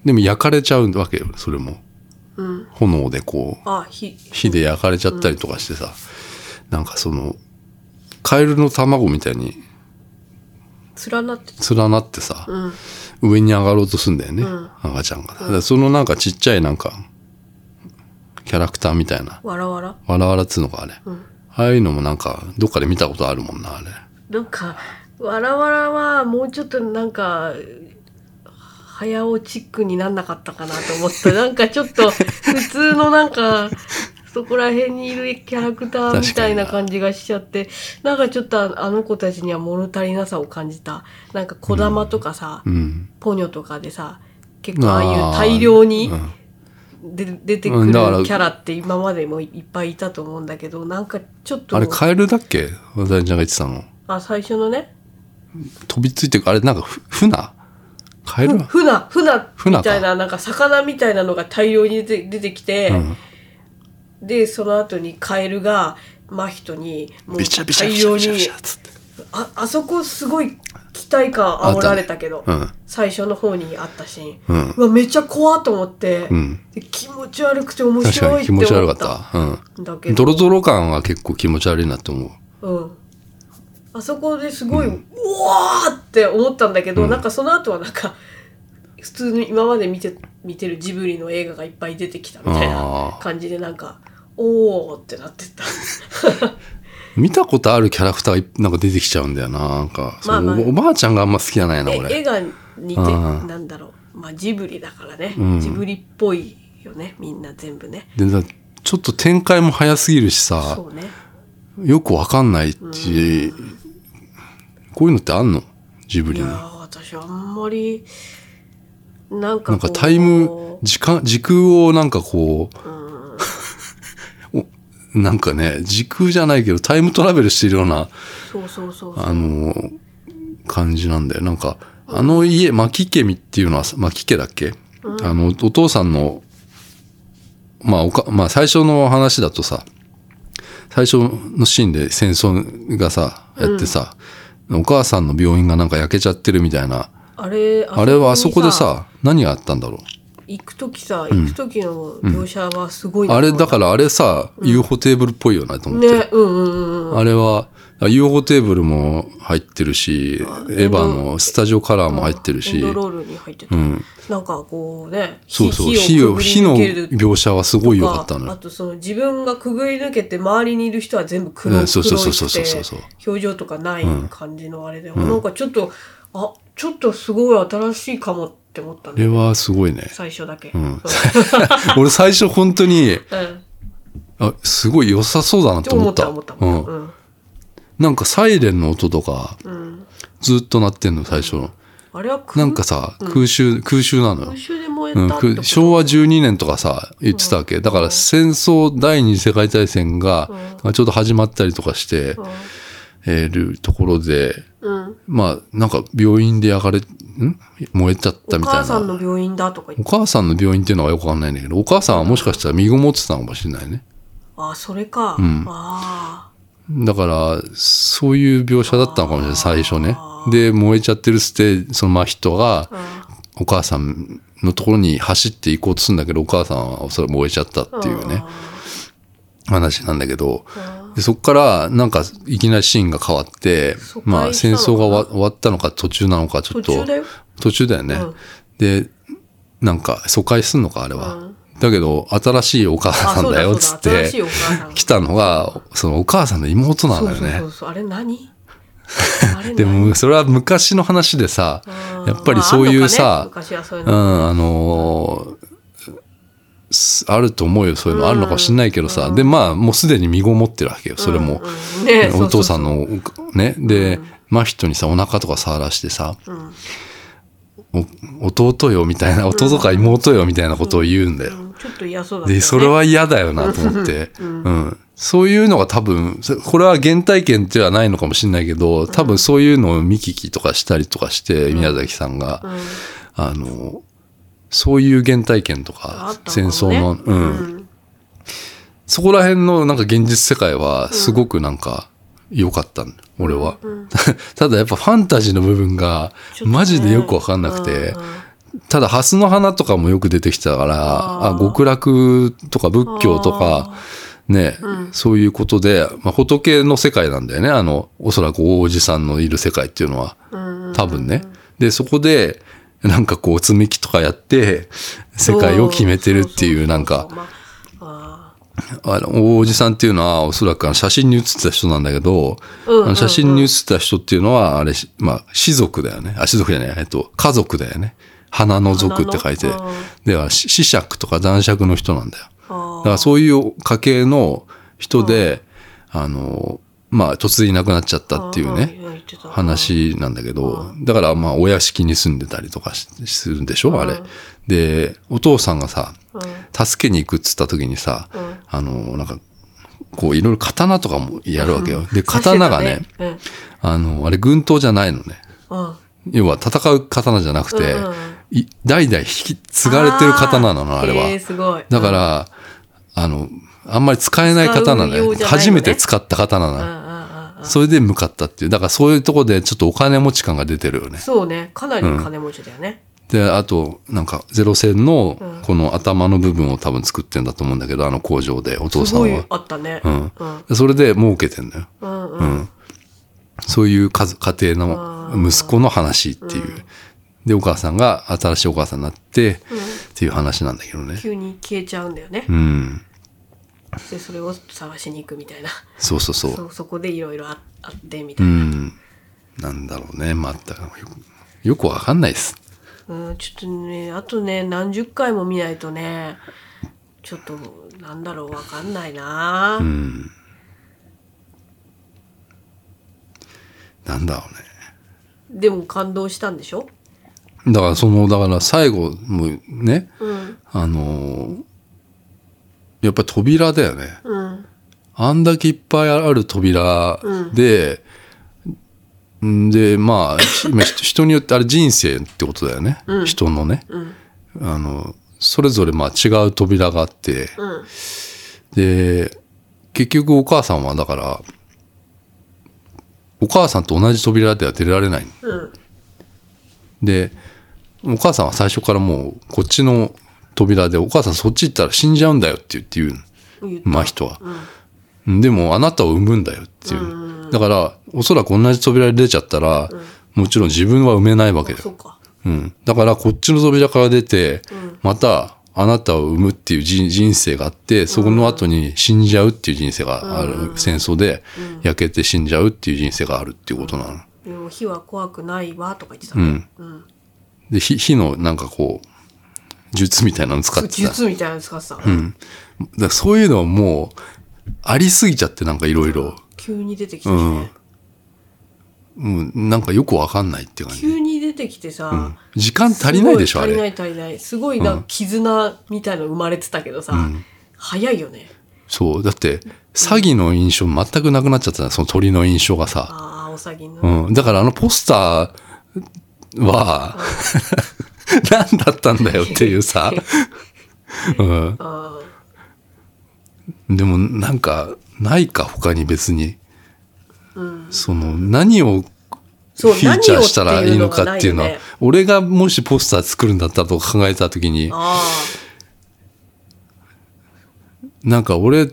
[SPEAKER 2] でも焼かれちゃうわけよ、それも。
[SPEAKER 3] ん
[SPEAKER 2] 炎でこう、
[SPEAKER 3] あ、ひ、
[SPEAKER 2] 火で焼かれちゃったりとかしてさ、なんかその、カエルの卵みたいに
[SPEAKER 3] 連なってた。
[SPEAKER 2] 連なってさ、
[SPEAKER 3] うん。
[SPEAKER 2] 上に上がろうとすんだよね、
[SPEAKER 3] ん
[SPEAKER 2] 赤ちゃんが。だからそのなんかちっちゃいなんか、キャラクターみたいな、
[SPEAKER 3] わらわら。
[SPEAKER 2] わらわらっつうのかあれ。
[SPEAKER 3] ん
[SPEAKER 2] ああいうのもなんか、どっかで見たことあるもんな、あれ。
[SPEAKER 3] なんか、わらわらはもうちょっとなんか、 早尾チックになんなかったかなと思って、なんかちょっと普通のなんか、そこら辺にいるキャラクターみたいな感じがしちゃって、なんかちょっとあの子たちには物足りなさを感じた。なんか小玉とかさ、
[SPEAKER 2] うん。
[SPEAKER 3] ポニョとかでさ、結構ああいう大量に
[SPEAKER 2] うん
[SPEAKER 3] で出てく
[SPEAKER 2] う
[SPEAKER 3] る
[SPEAKER 2] ん
[SPEAKER 3] キ
[SPEAKER 2] だから
[SPEAKER 3] ャラって今までもいっぱいいたと思うんだけど、なんかちょっと、
[SPEAKER 2] あれ、カエルだっけ渡辺ちゃんが言ってたの。
[SPEAKER 3] あ最初のね、
[SPEAKER 2] 飛びついてく、あれ、なんかふ、船カエルは
[SPEAKER 3] ふな、ふな
[SPEAKER 2] ふなか
[SPEAKER 3] みたいな、なんか魚みたいなのが大量に出て出てきて、
[SPEAKER 2] うん。
[SPEAKER 3] で、その後にカエルが、真人に、もう
[SPEAKER 2] ビシャビシャ
[SPEAKER 3] 大
[SPEAKER 2] ビシャ
[SPEAKER 3] 量
[SPEAKER 2] ビシャビ
[SPEAKER 3] に
[SPEAKER 2] シャ、つって。
[SPEAKER 3] あ、あそこすごい期待感煽られたけど、
[SPEAKER 2] うん。
[SPEAKER 3] 最初の方にあったシーン。
[SPEAKER 2] うん
[SPEAKER 3] わ、めっちゃ怖っと思って、
[SPEAKER 2] うん
[SPEAKER 3] で気持ち悪くて面
[SPEAKER 2] 確
[SPEAKER 3] 白
[SPEAKER 2] か
[SPEAKER 3] い
[SPEAKER 2] に
[SPEAKER 3] って
[SPEAKER 2] 気
[SPEAKER 3] 思
[SPEAKER 2] 持
[SPEAKER 3] った。
[SPEAKER 2] ち悪かった。うん。
[SPEAKER 3] た。だけど
[SPEAKER 2] ド、ロドロ感は結構気持ち悪いなと思う。
[SPEAKER 3] うん。あそこですごい、うわーって思ったんだけど、なんかその後はなんか、普通に今まで見て、見てるジブリの映画がいっぱい出てきたみたいな
[SPEAKER 2] あー
[SPEAKER 3] 感じでなんか、おーってなってった。
[SPEAKER 2] 見たことあるキャラクターがなんか出てきちゃうんだよな。なんか、
[SPEAKER 3] まあまあ
[SPEAKER 2] そのおばあちゃんがあんま好きじゃないな、
[SPEAKER 3] え絵
[SPEAKER 2] 俺。
[SPEAKER 3] が似て、
[SPEAKER 2] あー
[SPEAKER 3] なんだろう。まあジブリだからね。
[SPEAKER 2] うん
[SPEAKER 3] ジブリっぽいよね、みんな全部ね。
[SPEAKER 2] で、だちょっと展開も早すぎるしさ
[SPEAKER 3] そ、うね。
[SPEAKER 2] よくわかんないし、こういうのってあんのジブ
[SPEAKER 3] い
[SPEAKER 2] リ
[SPEAKER 3] や
[SPEAKER 2] の。
[SPEAKER 3] ー私あんまり、なんかこう
[SPEAKER 2] なんかタイム、時間、時空をなんかこ
[SPEAKER 3] うん
[SPEAKER 2] う、お なんかね、時空じゃないけどタイムトラベルしてるような、
[SPEAKER 3] そうそうそうそう。
[SPEAKER 2] あのー感じなんだよ。なんか、あの家、牧家っていうのは、牧家だっけ、あの、お父さんの、まあ、おか、まあ、最初の話だとさ、最初のシーンで戦争がさ、やってさ、お母さんの病院がなんか焼けちゃってるみたいな、
[SPEAKER 3] あれ、
[SPEAKER 2] あれはあそこで
[SPEAKER 3] に
[SPEAKER 2] さ、何があったんだろう
[SPEAKER 3] 行く時さ、行く時の描写はすごいな
[SPEAKER 2] あ
[SPEAKER 3] と
[SPEAKER 2] れ、
[SPEAKER 3] 思った、
[SPEAKER 2] だからあれさ、UFO テーブルっぽいよなと思って。
[SPEAKER 3] ね、うんうんうんうん。
[SPEAKER 2] あれは、あ UFO テーブルも入ってるし、エヴァのスタジオカラーも入ってる
[SPEAKER 3] エ
[SPEAKER 2] し
[SPEAKER 3] ン、ドロールに入ってた。
[SPEAKER 2] うん。
[SPEAKER 3] なんかこうね、
[SPEAKER 2] そうそう、
[SPEAKER 3] 火
[SPEAKER 2] 火
[SPEAKER 3] を
[SPEAKER 2] を、
[SPEAKER 3] くぐり
[SPEAKER 2] 火の
[SPEAKER 3] 抜けるとか
[SPEAKER 2] 描写はすごい良かったの
[SPEAKER 3] あ
[SPEAKER 2] よ。
[SPEAKER 3] とその自分がくぐり抜けて周りにいる人は全部黒,、
[SPEAKER 2] うんそうそうそうそう
[SPEAKER 3] 黒い
[SPEAKER 2] そう
[SPEAKER 3] く
[SPEAKER 2] そう
[SPEAKER 3] て表情とかない感じのあれで、なんかちょっとあちょっとすごい新しいかもって思った
[SPEAKER 2] あれ
[SPEAKER 3] ね
[SPEAKER 2] はすごいね。
[SPEAKER 3] 最初だけ、
[SPEAKER 2] ん俺最初本当に、
[SPEAKER 3] うん
[SPEAKER 2] あ、すごい良さそうだなと
[SPEAKER 3] 思
[SPEAKER 2] 思
[SPEAKER 3] っ
[SPEAKER 2] ったた。
[SPEAKER 3] 思った
[SPEAKER 2] う
[SPEAKER 3] 思った
[SPEAKER 2] ん。
[SPEAKER 3] うん
[SPEAKER 2] なんかサイレンの音とか、
[SPEAKER 3] うん
[SPEAKER 2] ずっと鳴ってんの、最初の。
[SPEAKER 3] あれは空
[SPEAKER 2] なんかさ、空襲、空襲なのよ
[SPEAKER 3] 空。襲で燃え
[SPEAKER 2] うん
[SPEAKER 3] たってこと、
[SPEAKER 2] く昭和12年とかさ言ってたわけ、だから戦争第二次世界大戦が、まあちょうど始まったりとかしてえーるところで
[SPEAKER 3] うん、
[SPEAKER 2] まあなんか病院で焼かれん燃えちゃった
[SPEAKER 3] お
[SPEAKER 2] みたいな
[SPEAKER 3] 母さんの病院だとか言
[SPEAKER 2] お
[SPEAKER 3] って
[SPEAKER 2] 母さんの病院っていうのはよくわかんないんだけどお母さんはもしかしたら身ごもってたのかもしれないね
[SPEAKER 3] あそれか、あ
[SPEAKER 2] だからそういう描写だったのかもしれない最初ねで燃えちゃってるスてそのまあ人が
[SPEAKER 3] あ
[SPEAKER 2] お母さんのところに走って行こうとするんだけどお母さんはそれ燃えちゃったっていうね話なんだけど、でそこからなんかいきなりシーンが変わって
[SPEAKER 3] 疎、開
[SPEAKER 2] まあ
[SPEAKER 3] した
[SPEAKER 2] 戦
[SPEAKER 3] のかな
[SPEAKER 2] 争が終わ終わったのか途中なのかちょっと。
[SPEAKER 3] 途中だよ
[SPEAKER 2] 途中だよね。
[SPEAKER 3] うん
[SPEAKER 2] で、なんか疎開すんのかあれは。
[SPEAKER 3] うん
[SPEAKER 2] だけど新しいお母
[SPEAKER 3] あ
[SPEAKER 2] さん
[SPEAKER 3] そう
[SPEAKER 2] だ
[SPEAKER 3] だ
[SPEAKER 2] よ
[SPEAKER 3] よ
[SPEAKER 2] っ
[SPEAKER 3] そ
[SPEAKER 2] つ
[SPEAKER 3] う
[SPEAKER 2] っ
[SPEAKER 3] だ新
[SPEAKER 2] て
[SPEAKER 3] しいお母さん
[SPEAKER 2] 来たのが、そのお母さんの妹なのよね。
[SPEAKER 3] そうそうそうそうあれ何あれ何
[SPEAKER 2] でもそれは昔の話でさ、
[SPEAKER 3] うん
[SPEAKER 2] やっぱりそういうさ、
[SPEAKER 3] まああんのかね昔はそういう
[SPEAKER 2] う
[SPEAKER 3] の
[SPEAKER 2] ん、あのーすあると思うよ、そういうのあるのかもしんないけどさ、で、まあ、もうすでに身ごもってるわけよ、それも。
[SPEAKER 3] うんうんねえ
[SPEAKER 2] お父さんの、ね、で、真人にさ、お腹とか触らしてさ、お弟よ、みたいな、弟か妹よ、みたいなことを言うんだよ。
[SPEAKER 3] うんちょっと嫌そうだったよね
[SPEAKER 2] で、それは嫌だよなと思って。うん。そういうのが多分、そこれは原体験ではないのかもしれないけど、多分そういうのを見聞きとかしたりとかして、宮崎さんが、あの、そういう原体験と
[SPEAKER 3] あ
[SPEAKER 2] か
[SPEAKER 3] っ、た
[SPEAKER 2] 戦
[SPEAKER 3] のかも
[SPEAKER 2] 争
[SPEAKER 3] ね
[SPEAKER 2] の、う。
[SPEAKER 3] うんん
[SPEAKER 2] そこら辺のなんか現実世界は、すごくなんか、良かったんだ俺は。 ただやっぱファンタジーの部分が、
[SPEAKER 3] ちょっとね
[SPEAKER 2] マジでよくわかんなくて、ただ、蓮の花とかもよく出てきたから、あ極楽とか仏教とか、ね、そういうことで、まあ、仏の世界なんだよね。あの、おそらく王子さんのいる世界っていうのは、多分ね。で、そこで、なんかこう、積み木とかやって、世界を決めてるっていう、なんか、
[SPEAKER 3] そうそうそうそうまああ
[SPEAKER 2] あの、王子さんっていうのは、おそらくあの写真に写ってた人なんだけど、
[SPEAKER 3] うんうん
[SPEAKER 2] あの写真に写ってた人っていうのは、あれ、しまあ、氏族だよね。あ、氏族じゃない、えっと、家族だよね。花の族って書いて
[SPEAKER 3] 花のうん。
[SPEAKER 2] では、し子爵とか男爵の人なんだよ。
[SPEAKER 3] ーあ
[SPEAKER 2] だからそういう家系の人で、あの、まあ、突然いなくなっちゃったっていうね、
[SPEAKER 3] あー、
[SPEAKER 2] 話なんだけど、だからまあ、お屋敷に住んでたりとかしするんでしょあれ。で、お父さんがさ、助けに行くっつった時にさ、あの、なんか、こう、いろいろ刀とかもやるわけよ。で、刀がね、
[SPEAKER 3] 刺して
[SPEAKER 2] あの、あれ、軍刀じゃないのね。
[SPEAKER 3] たね、
[SPEAKER 2] 要は、戦う刀じゃなくて、
[SPEAKER 3] うんうん
[SPEAKER 2] い代々引き継がれてる刀な
[SPEAKER 3] うん
[SPEAKER 2] の、あれは。
[SPEAKER 3] へーすごい。
[SPEAKER 2] だから、あの、あんまり使えない刀
[SPEAKER 3] 使
[SPEAKER 2] な
[SPEAKER 3] うよ
[SPEAKER 2] の
[SPEAKER 3] う
[SPEAKER 2] よ。
[SPEAKER 3] じゃないよね
[SPEAKER 2] 初めて使った刀
[SPEAKER 3] うん、
[SPEAKER 2] な
[SPEAKER 3] うん
[SPEAKER 2] の。
[SPEAKER 3] うんうん
[SPEAKER 2] それで向かったっていう。だからそういうとこでちょっとお金持ち感が出てるよね。
[SPEAKER 3] そうね、かなりの金持ちだよね。
[SPEAKER 2] で、あと、なんか、ゼロ戦
[SPEAKER 3] うん
[SPEAKER 2] の、この頭の部分を多分作ってんだと思うんだけど、あの工場で、お父
[SPEAKER 3] す
[SPEAKER 2] さ
[SPEAKER 3] ご
[SPEAKER 2] ん
[SPEAKER 3] い
[SPEAKER 2] は。
[SPEAKER 3] あったね。
[SPEAKER 2] うん
[SPEAKER 3] うん。
[SPEAKER 2] でそれで儲けてんだよ。
[SPEAKER 3] うんう。
[SPEAKER 2] うんん。そういう家族家庭の息子の話っていう。で、お母さんが、新しいお母さんになって、っていう話なんだけどね。
[SPEAKER 3] 急に消えちゃうんだよね
[SPEAKER 2] う。ん。
[SPEAKER 3] で、それを探しに行くみたいな。
[SPEAKER 2] そうそうそう。
[SPEAKER 3] そそこでいろいろああってみ
[SPEAKER 2] う
[SPEAKER 3] たいな。
[SPEAKER 2] ん。なんだろうね。またよく、よくわかんないです。
[SPEAKER 3] うん、ちょっとね、あとね、何十回も見ないとね、ちょっと、なんだろう、わかんないな、
[SPEAKER 2] うん。なんだろ
[SPEAKER 3] でも感動したんでしょ
[SPEAKER 2] うね。だからその、だから最後もね、
[SPEAKER 3] うん。
[SPEAKER 2] あのーやっぱり扉だよね。
[SPEAKER 3] うん。
[SPEAKER 2] あんだけいっぱいある扉で、んで、 まあ、今人人によってあれ人生ってことだよね。人のね。
[SPEAKER 3] ん
[SPEAKER 2] あの、それぞれまあ違う扉があって、
[SPEAKER 3] うん。
[SPEAKER 2] で、結局お母さんはだから、お母さんと同じ扉では出られないの。
[SPEAKER 3] うん。
[SPEAKER 2] で、お母さんは最初からもうこっちの扉で、お母さんそっち行ったら死んじゃうんだよって言って言うの。
[SPEAKER 3] 言った
[SPEAKER 2] まあ人は。でもあなたを産むんだよっていう。だから、おそらく同じ扉で出ちゃったら、もちろん自分は産めないわけだよ
[SPEAKER 3] そ。うか。
[SPEAKER 2] うん。だから、こっちの扉から出て、また、あなたを産むっていう人人生があって、そこの後に死んじゃうっていう人生がある。戦争で焼けて死んじゃうっていう人生があるっていうことなの。
[SPEAKER 3] でも火は怖くないわとか言ってた
[SPEAKER 2] う
[SPEAKER 3] ね。
[SPEAKER 2] ん。で、火火のなんかこう、術みたいなの使ってた。だか
[SPEAKER 3] 術みたいなの使ってた。うん、
[SPEAKER 2] らそういうのはもう、ありすぎちゃってなんかいろいろ。
[SPEAKER 3] 急に出てきたしね。
[SPEAKER 2] うん。なんかよくわかんないっていう感じ。
[SPEAKER 3] 急に出てきてさ、
[SPEAKER 2] 時間足りないでしょ、あ
[SPEAKER 3] すごい
[SPEAKER 2] れ。
[SPEAKER 3] 足りない足りない。すごいな、絆みたいなの生まれてたけどさ、早いよね。
[SPEAKER 2] そう。だって、詐欺の印象全くなくなっちゃったその鳥の印象がさ。
[SPEAKER 3] ああ、おさぎの。
[SPEAKER 2] うん。だからあのポスターは、 何だったんだよっていうさ。うん。
[SPEAKER 3] あ
[SPEAKER 2] でもなんか、ないか他に別に。その、何をフ
[SPEAKER 3] そう
[SPEAKER 2] ィーチャーしたらいいのかってい
[SPEAKER 3] 何をっていう
[SPEAKER 2] うのは、
[SPEAKER 3] のがないよね
[SPEAKER 2] 俺がもしポスター作るんだったと考えた時に、
[SPEAKER 3] あ
[SPEAKER 2] なんか俺、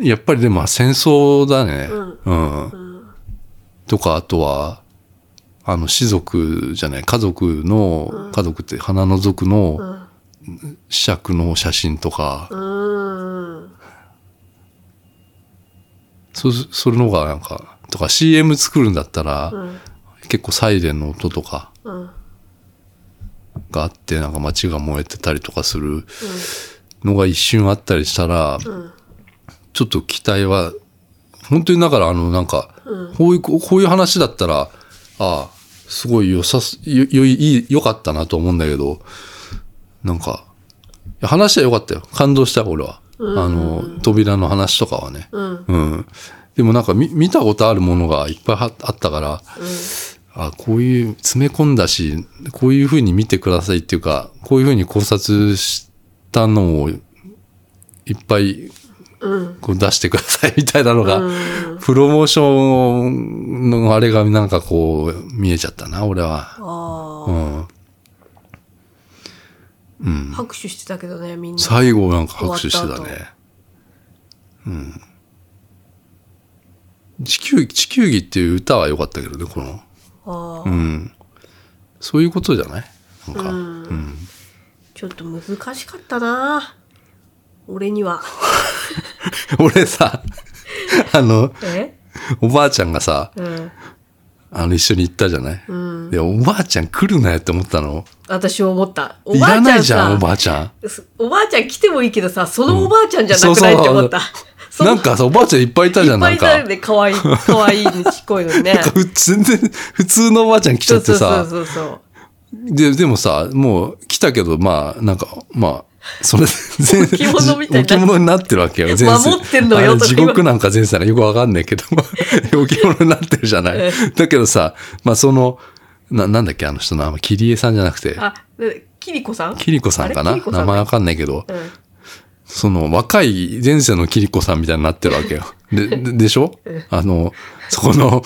[SPEAKER 2] やっぱりでも戦争だね。うん。とか、あとは、あの、士族じゃない、家族の、家族って花の族の、試着の写真とか、
[SPEAKER 3] あ、うーん。
[SPEAKER 2] そ、それの方がなんか、とか CM 作るんだったら、結構サイレンの音とか、があって、なんか街が燃えてたりとかするのが一瞬あったりしたら、ちょっと期待は、本当にだからあのなんか、こういう、こういう話だったら、ああ、すごい良さす、よ、よい、いい良かったなと思うんだけど、なんか、いや話は良かったよ。感動したよ、俺は。あの、扉の話とかはね。うん。でもなんか見、見たことあるものがいっぱいはあったから、あ、こういう、詰め込んだし、こういうふうに見てくださいっていうか、こういうふうに考察したのを、いっぱいこう出してくださいみたいなのが、プロモーションのあれがなんかこう見えちゃったな、俺は。
[SPEAKER 3] ああ、
[SPEAKER 2] うん、
[SPEAKER 3] 拍手してたけどね、みんな。
[SPEAKER 2] 最後なんか拍手してた
[SPEAKER 3] 終わった
[SPEAKER 2] ね。うん、地球儀、地球儀っていう歌は良かったけどね、この。
[SPEAKER 3] ああ、
[SPEAKER 2] うん、そういうことじゃないなんか、うん
[SPEAKER 3] ちょっと難しかったな。俺には。
[SPEAKER 2] 俺さ、 あの、
[SPEAKER 3] え
[SPEAKER 2] おばあちゃんがさ、
[SPEAKER 3] うん。
[SPEAKER 2] あの一緒に行ったじゃない、
[SPEAKER 3] うん。
[SPEAKER 2] でおばあちゃん来るなよって思ったの
[SPEAKER 3] 私も思った。お
[SPEAKER 2] い
[SPEAKER 3] ばあちゃ
[SPEAKER 2] ら
[SPEAKER 3] んさ
[SPEAKER 2] ないじゃんおばあちゃん
[SPEAKER 3] すおばあちゃん来てもいいけどさ、そのおばあちゃんじゃなくないって思った。その
[SPEAKER 2] なんかさおばあちゃんいっぱいいたじゃんないん
[SPEAKER 3] っぱいい
[SPEAKER 2] か
[SPEAKER 3] たんで、可愛い、可愛いにちっこいの ね
[SPEAKER 2] なん。かふ全然普通のおばあちゃん来ちゃって
[SPEAKER 3] そう
[SPEAKER 2] さ
[SPEAKER 3] そうそうそう。
[SPEAKER 2] ででもさもう来たけどまあなんかまあそれ全
[SPEAKER 3] 置物みたいになっ
[SPEAKER 2] 置物になってるわけよ前世
[SPEAKER 3] 守ってんのよ
[SPEAKER 2] あれ
[SPEAKER 3] とか
[SPEAKER 2] 地
[SPEAKER 3] 言わ
[SPEAKER 2] 獄なんか前世なんかよくわかんないけど 置物になってるじゃな
[SPEAKER 3] え
[SPEAKER 2] いだけどさまあそのななんだっけあの人の名前キリエさんじゃなくて
[SPEAKER 3] あ、でキリコさん
[SPEAKER 2] キリコさんか
[SPEAKER 3] あ
[SPEAKER 2] な
[SPEAKER 3] れキリコさ
[SPEAKER 2] 名
[SPEAKER 3] ん
[SPEAKER 2] 前わかんないけど、
[SPEAKER 3] うん
[SPEAKER 2] その若い前世のキリコさんみたいになってるわけよ。で、ででしょあの、そこの、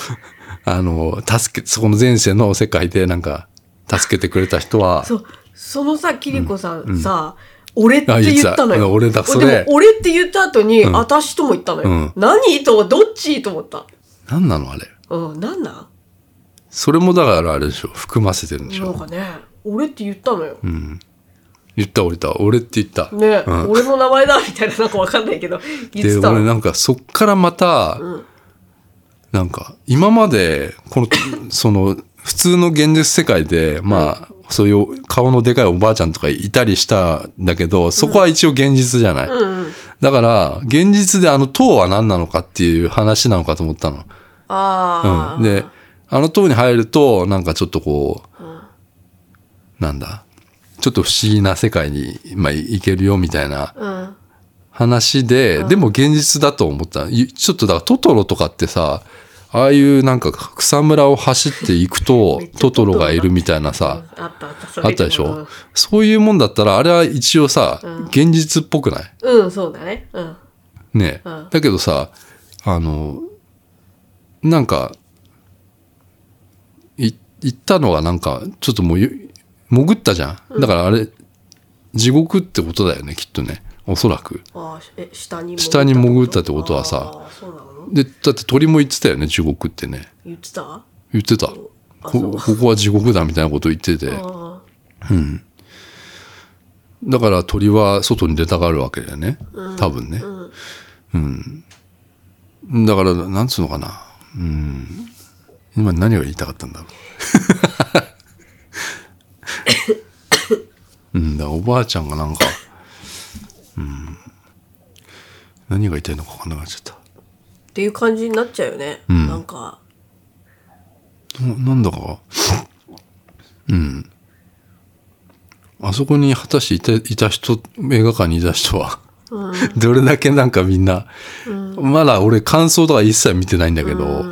[SPEAKER 2] あの、助け、そこの前世の世界でなんか、助けてくれた人は、
[SPEAKER 3] そう、そのさ、キリコさん、さ、俺って
[SPEAKER 2] あ言って
[SPEAKER 3] 言
[SPEAKER 2] た
[SPEAKER 3] ったのよ。
[SPEAKER 2] うん俺だそれ
[SPEAKER 3] でも俺って言った後に、
[SPEAKER 2] ん
[SPEAKER 3] 私とも言ったのよ。
[SPEAKER 2] うん
[SPEAKER 3] 何とも、どっちと思った。
[SPEAKER 2] なんなのあれ。
[SPEAKER 3] うん、なんなん
[SPEAKER 2] それもだからあれでしょ。含ませてるんでし
[SPEAKER 3] なんか
[SPEAKER 2] ょ。
[SPEAKER 3] ね、俺って言ったのよ。
[SPEAKER 2] 言った俺だ。俺って言った。
[SPEAKER 3] ね、
[SPEAKER 2] うん
[SPEAKER 3] 俺の名前だ、みたいな、なんかわかんないけど、言っ
[SPEAKER 2] で、
[SPEAKER 3] てたの
[SPEAKER 2] 俺なんかそっからまた、
[SPEAKER 3] ん
[SPEAKER 2] なんか、今まで、この、その、普通の現実世界で、まあ、そういう顔のでかいおばあちゃんとかいたりしたんだけど、そこは一応現実じゃない。
[SPEAKER 3] うんうん。
[SPEAKER 2] だから、現実であの塔は何なのかっていう話なのかと思ったの。
[SPEAKER 3] ああ、
[SPEAKER 2] うん、で、あの塔に入ると、なんかちょっとこう、なんだ、ちょっと不思議な世界に、まあ、行けるよみたいな
[SPEAKER 3] うん。
[SPEAKER 2] 話で、でも現実だと思った。いちょっとだからトトロとかってさ、ああいうなんか草むらを走っていくと
[SPEAKER 3] めっちゃト
[SPEAKER 2] トト
[SPEAKER 3] トロ
[SPEAKER 2] ロ
[SPEAKER 3] だ
[SPEAKER 2] がいるみたいなさ、
[SPEAKER 3] あったあった、それ
[SPEAKER 2] あったでし
[SPEAKER 3] う
[SPEAKER 2] ょ
[SPEAKER 3] ん
[SPEAKER 2] そういうもんだったら、あれは一応さ、
[SPEAKER 3] うん
[SPEAKER 2] 現実っぽくない
[SPEAKER 3] うん、そうだね。うん。
[SPEAKER 2] ね、
[SPEAKER 3] うん
[SPEAKER 2] だけどさ、あの、なんか、い、行ったのがなんか、ちょっともうゆ、潜ったじゃん。だからあれ、地獄ってことだよね、きっとね。おそらく。
[SPEAKER 3] ああ、え、下に
[SPEAKER 2] 下に潜ったってことはさ
[SPEAKER 3] あーそうなの
[SPEAKER 2] で、だって鳥も言ってたよね、地獄ってね。
[SPEAKER 3] 言ってたあ
[SPEAKER 2] 言ってた。
[SPEAKER 3] そ
[SPEAKER 2] こ
[SPEAKER 3] う。
[SPEAKER 2] ここは地獄だみたいなこと言ってて。
[SPEAKER 3] あ
[SPEAKER 2] だから鳥は外に出たがるわけだよね。多分ね。うん。だから、なんつうのかな。うん。今何が言いたかったんだろう。 うん、だからおばあちゃんがなんか、うん。何が言いたいのか分かんなくなっちゃっ
[SPEAKER 3] ーっていう感じになっちゃうよね。なんか、
[SPEAKER 2] た。ななんだか、うん。あそこに果たしていたいた人、映画館にいた人は、
[SPEAKER 3] うん。
[SPEAKER 2] どれだけなんかみんな、まだ俺感想とか一切見てないんだけど、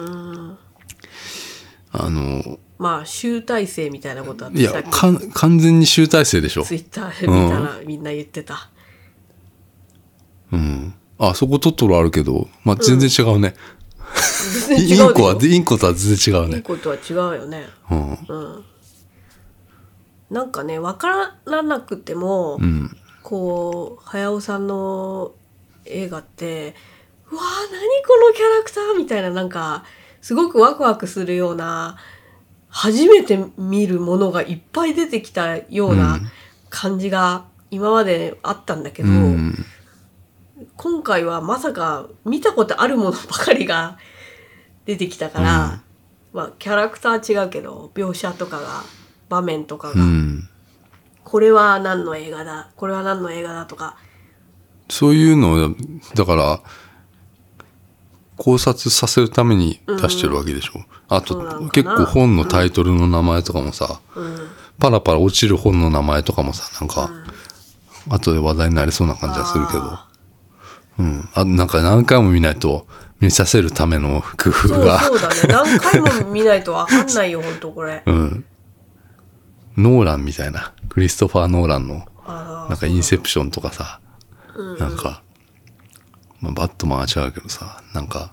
[SPEAKER 2] あの、
[SPEAKER 3] まあ、集大成みたいなことだった
[SPEAKER 2] いや、かん完全に集大成でしょ
[SPEAKER 3] ツ。イッターで見たらみんな言ってた。
[SPEAKER 2] あそこトトロあるけど、まあ、全然違うね、
[SPEAKER 3] 全
[SPEAKER 2] イ
[SPEAKER 3] 然
[SPEAKER 2] ン
[SPEAKER 3] 違うでしょ
[SPEAKER 2] コは、インコとは全然違う
[SPEAKER 3] いい
[SPEAKER 2] ね。
[SPEAKER 3] ことは違うよね。
[SPEAKER 2] うん。
[SPEAKER 3] なんかね、わからなくても、こう、早尾さんの映画って、うわー何このキャラクターみたいな、なんか、すごくワクワクするような、初めて見るものがいっぱい出てきたよう
[SPEAKER 2] う
[SPEAKER 3] なん感じが今まであったんだけど、
[SPEAKER 2] うん。
[SPEAKER 3] 今回はまさか見たことあるものばかりが 出てきたから、まあキャラクター違うけど描写とかが場面とか
[SPEAKER 2] う
[SPEAKER 3] が、
[SPEAKER 2] ん。
[SPEAKER 3] これは何の映画だこれは何の映画だとか
[SPEAKER 2] そういうのを、だから、考察させるために出してるわけでしょ。あ
[SPEAKER 3] そうなのか
[SPEAKER 2] と、
[SPEAKER 3] な
[SPEAKER 2] 結構本のタイトルの名前とかもさ、パラパラ落ちる本の名前とかもさ、なんか、後で話題になりそうな感じはするけど
[SPEAKER 3] あ。
[SPEAKER 2] うん。あなんか何回も見ないと、見させるための工夫
[SPEAKER 3] そう
[SPEAKER 2] が。
[SPEAKER 3] そうだね何回も見ないとわかんないよ本当こ れ
[SPEAKER 2] うん。ノーランみたいな。クリストファー・ノーランの、
[SPEAKER 3] あ
[SPEAKER 2] なんかインセプションとかさ、なんか、まあ、バットマンは違うけどさ、なんか、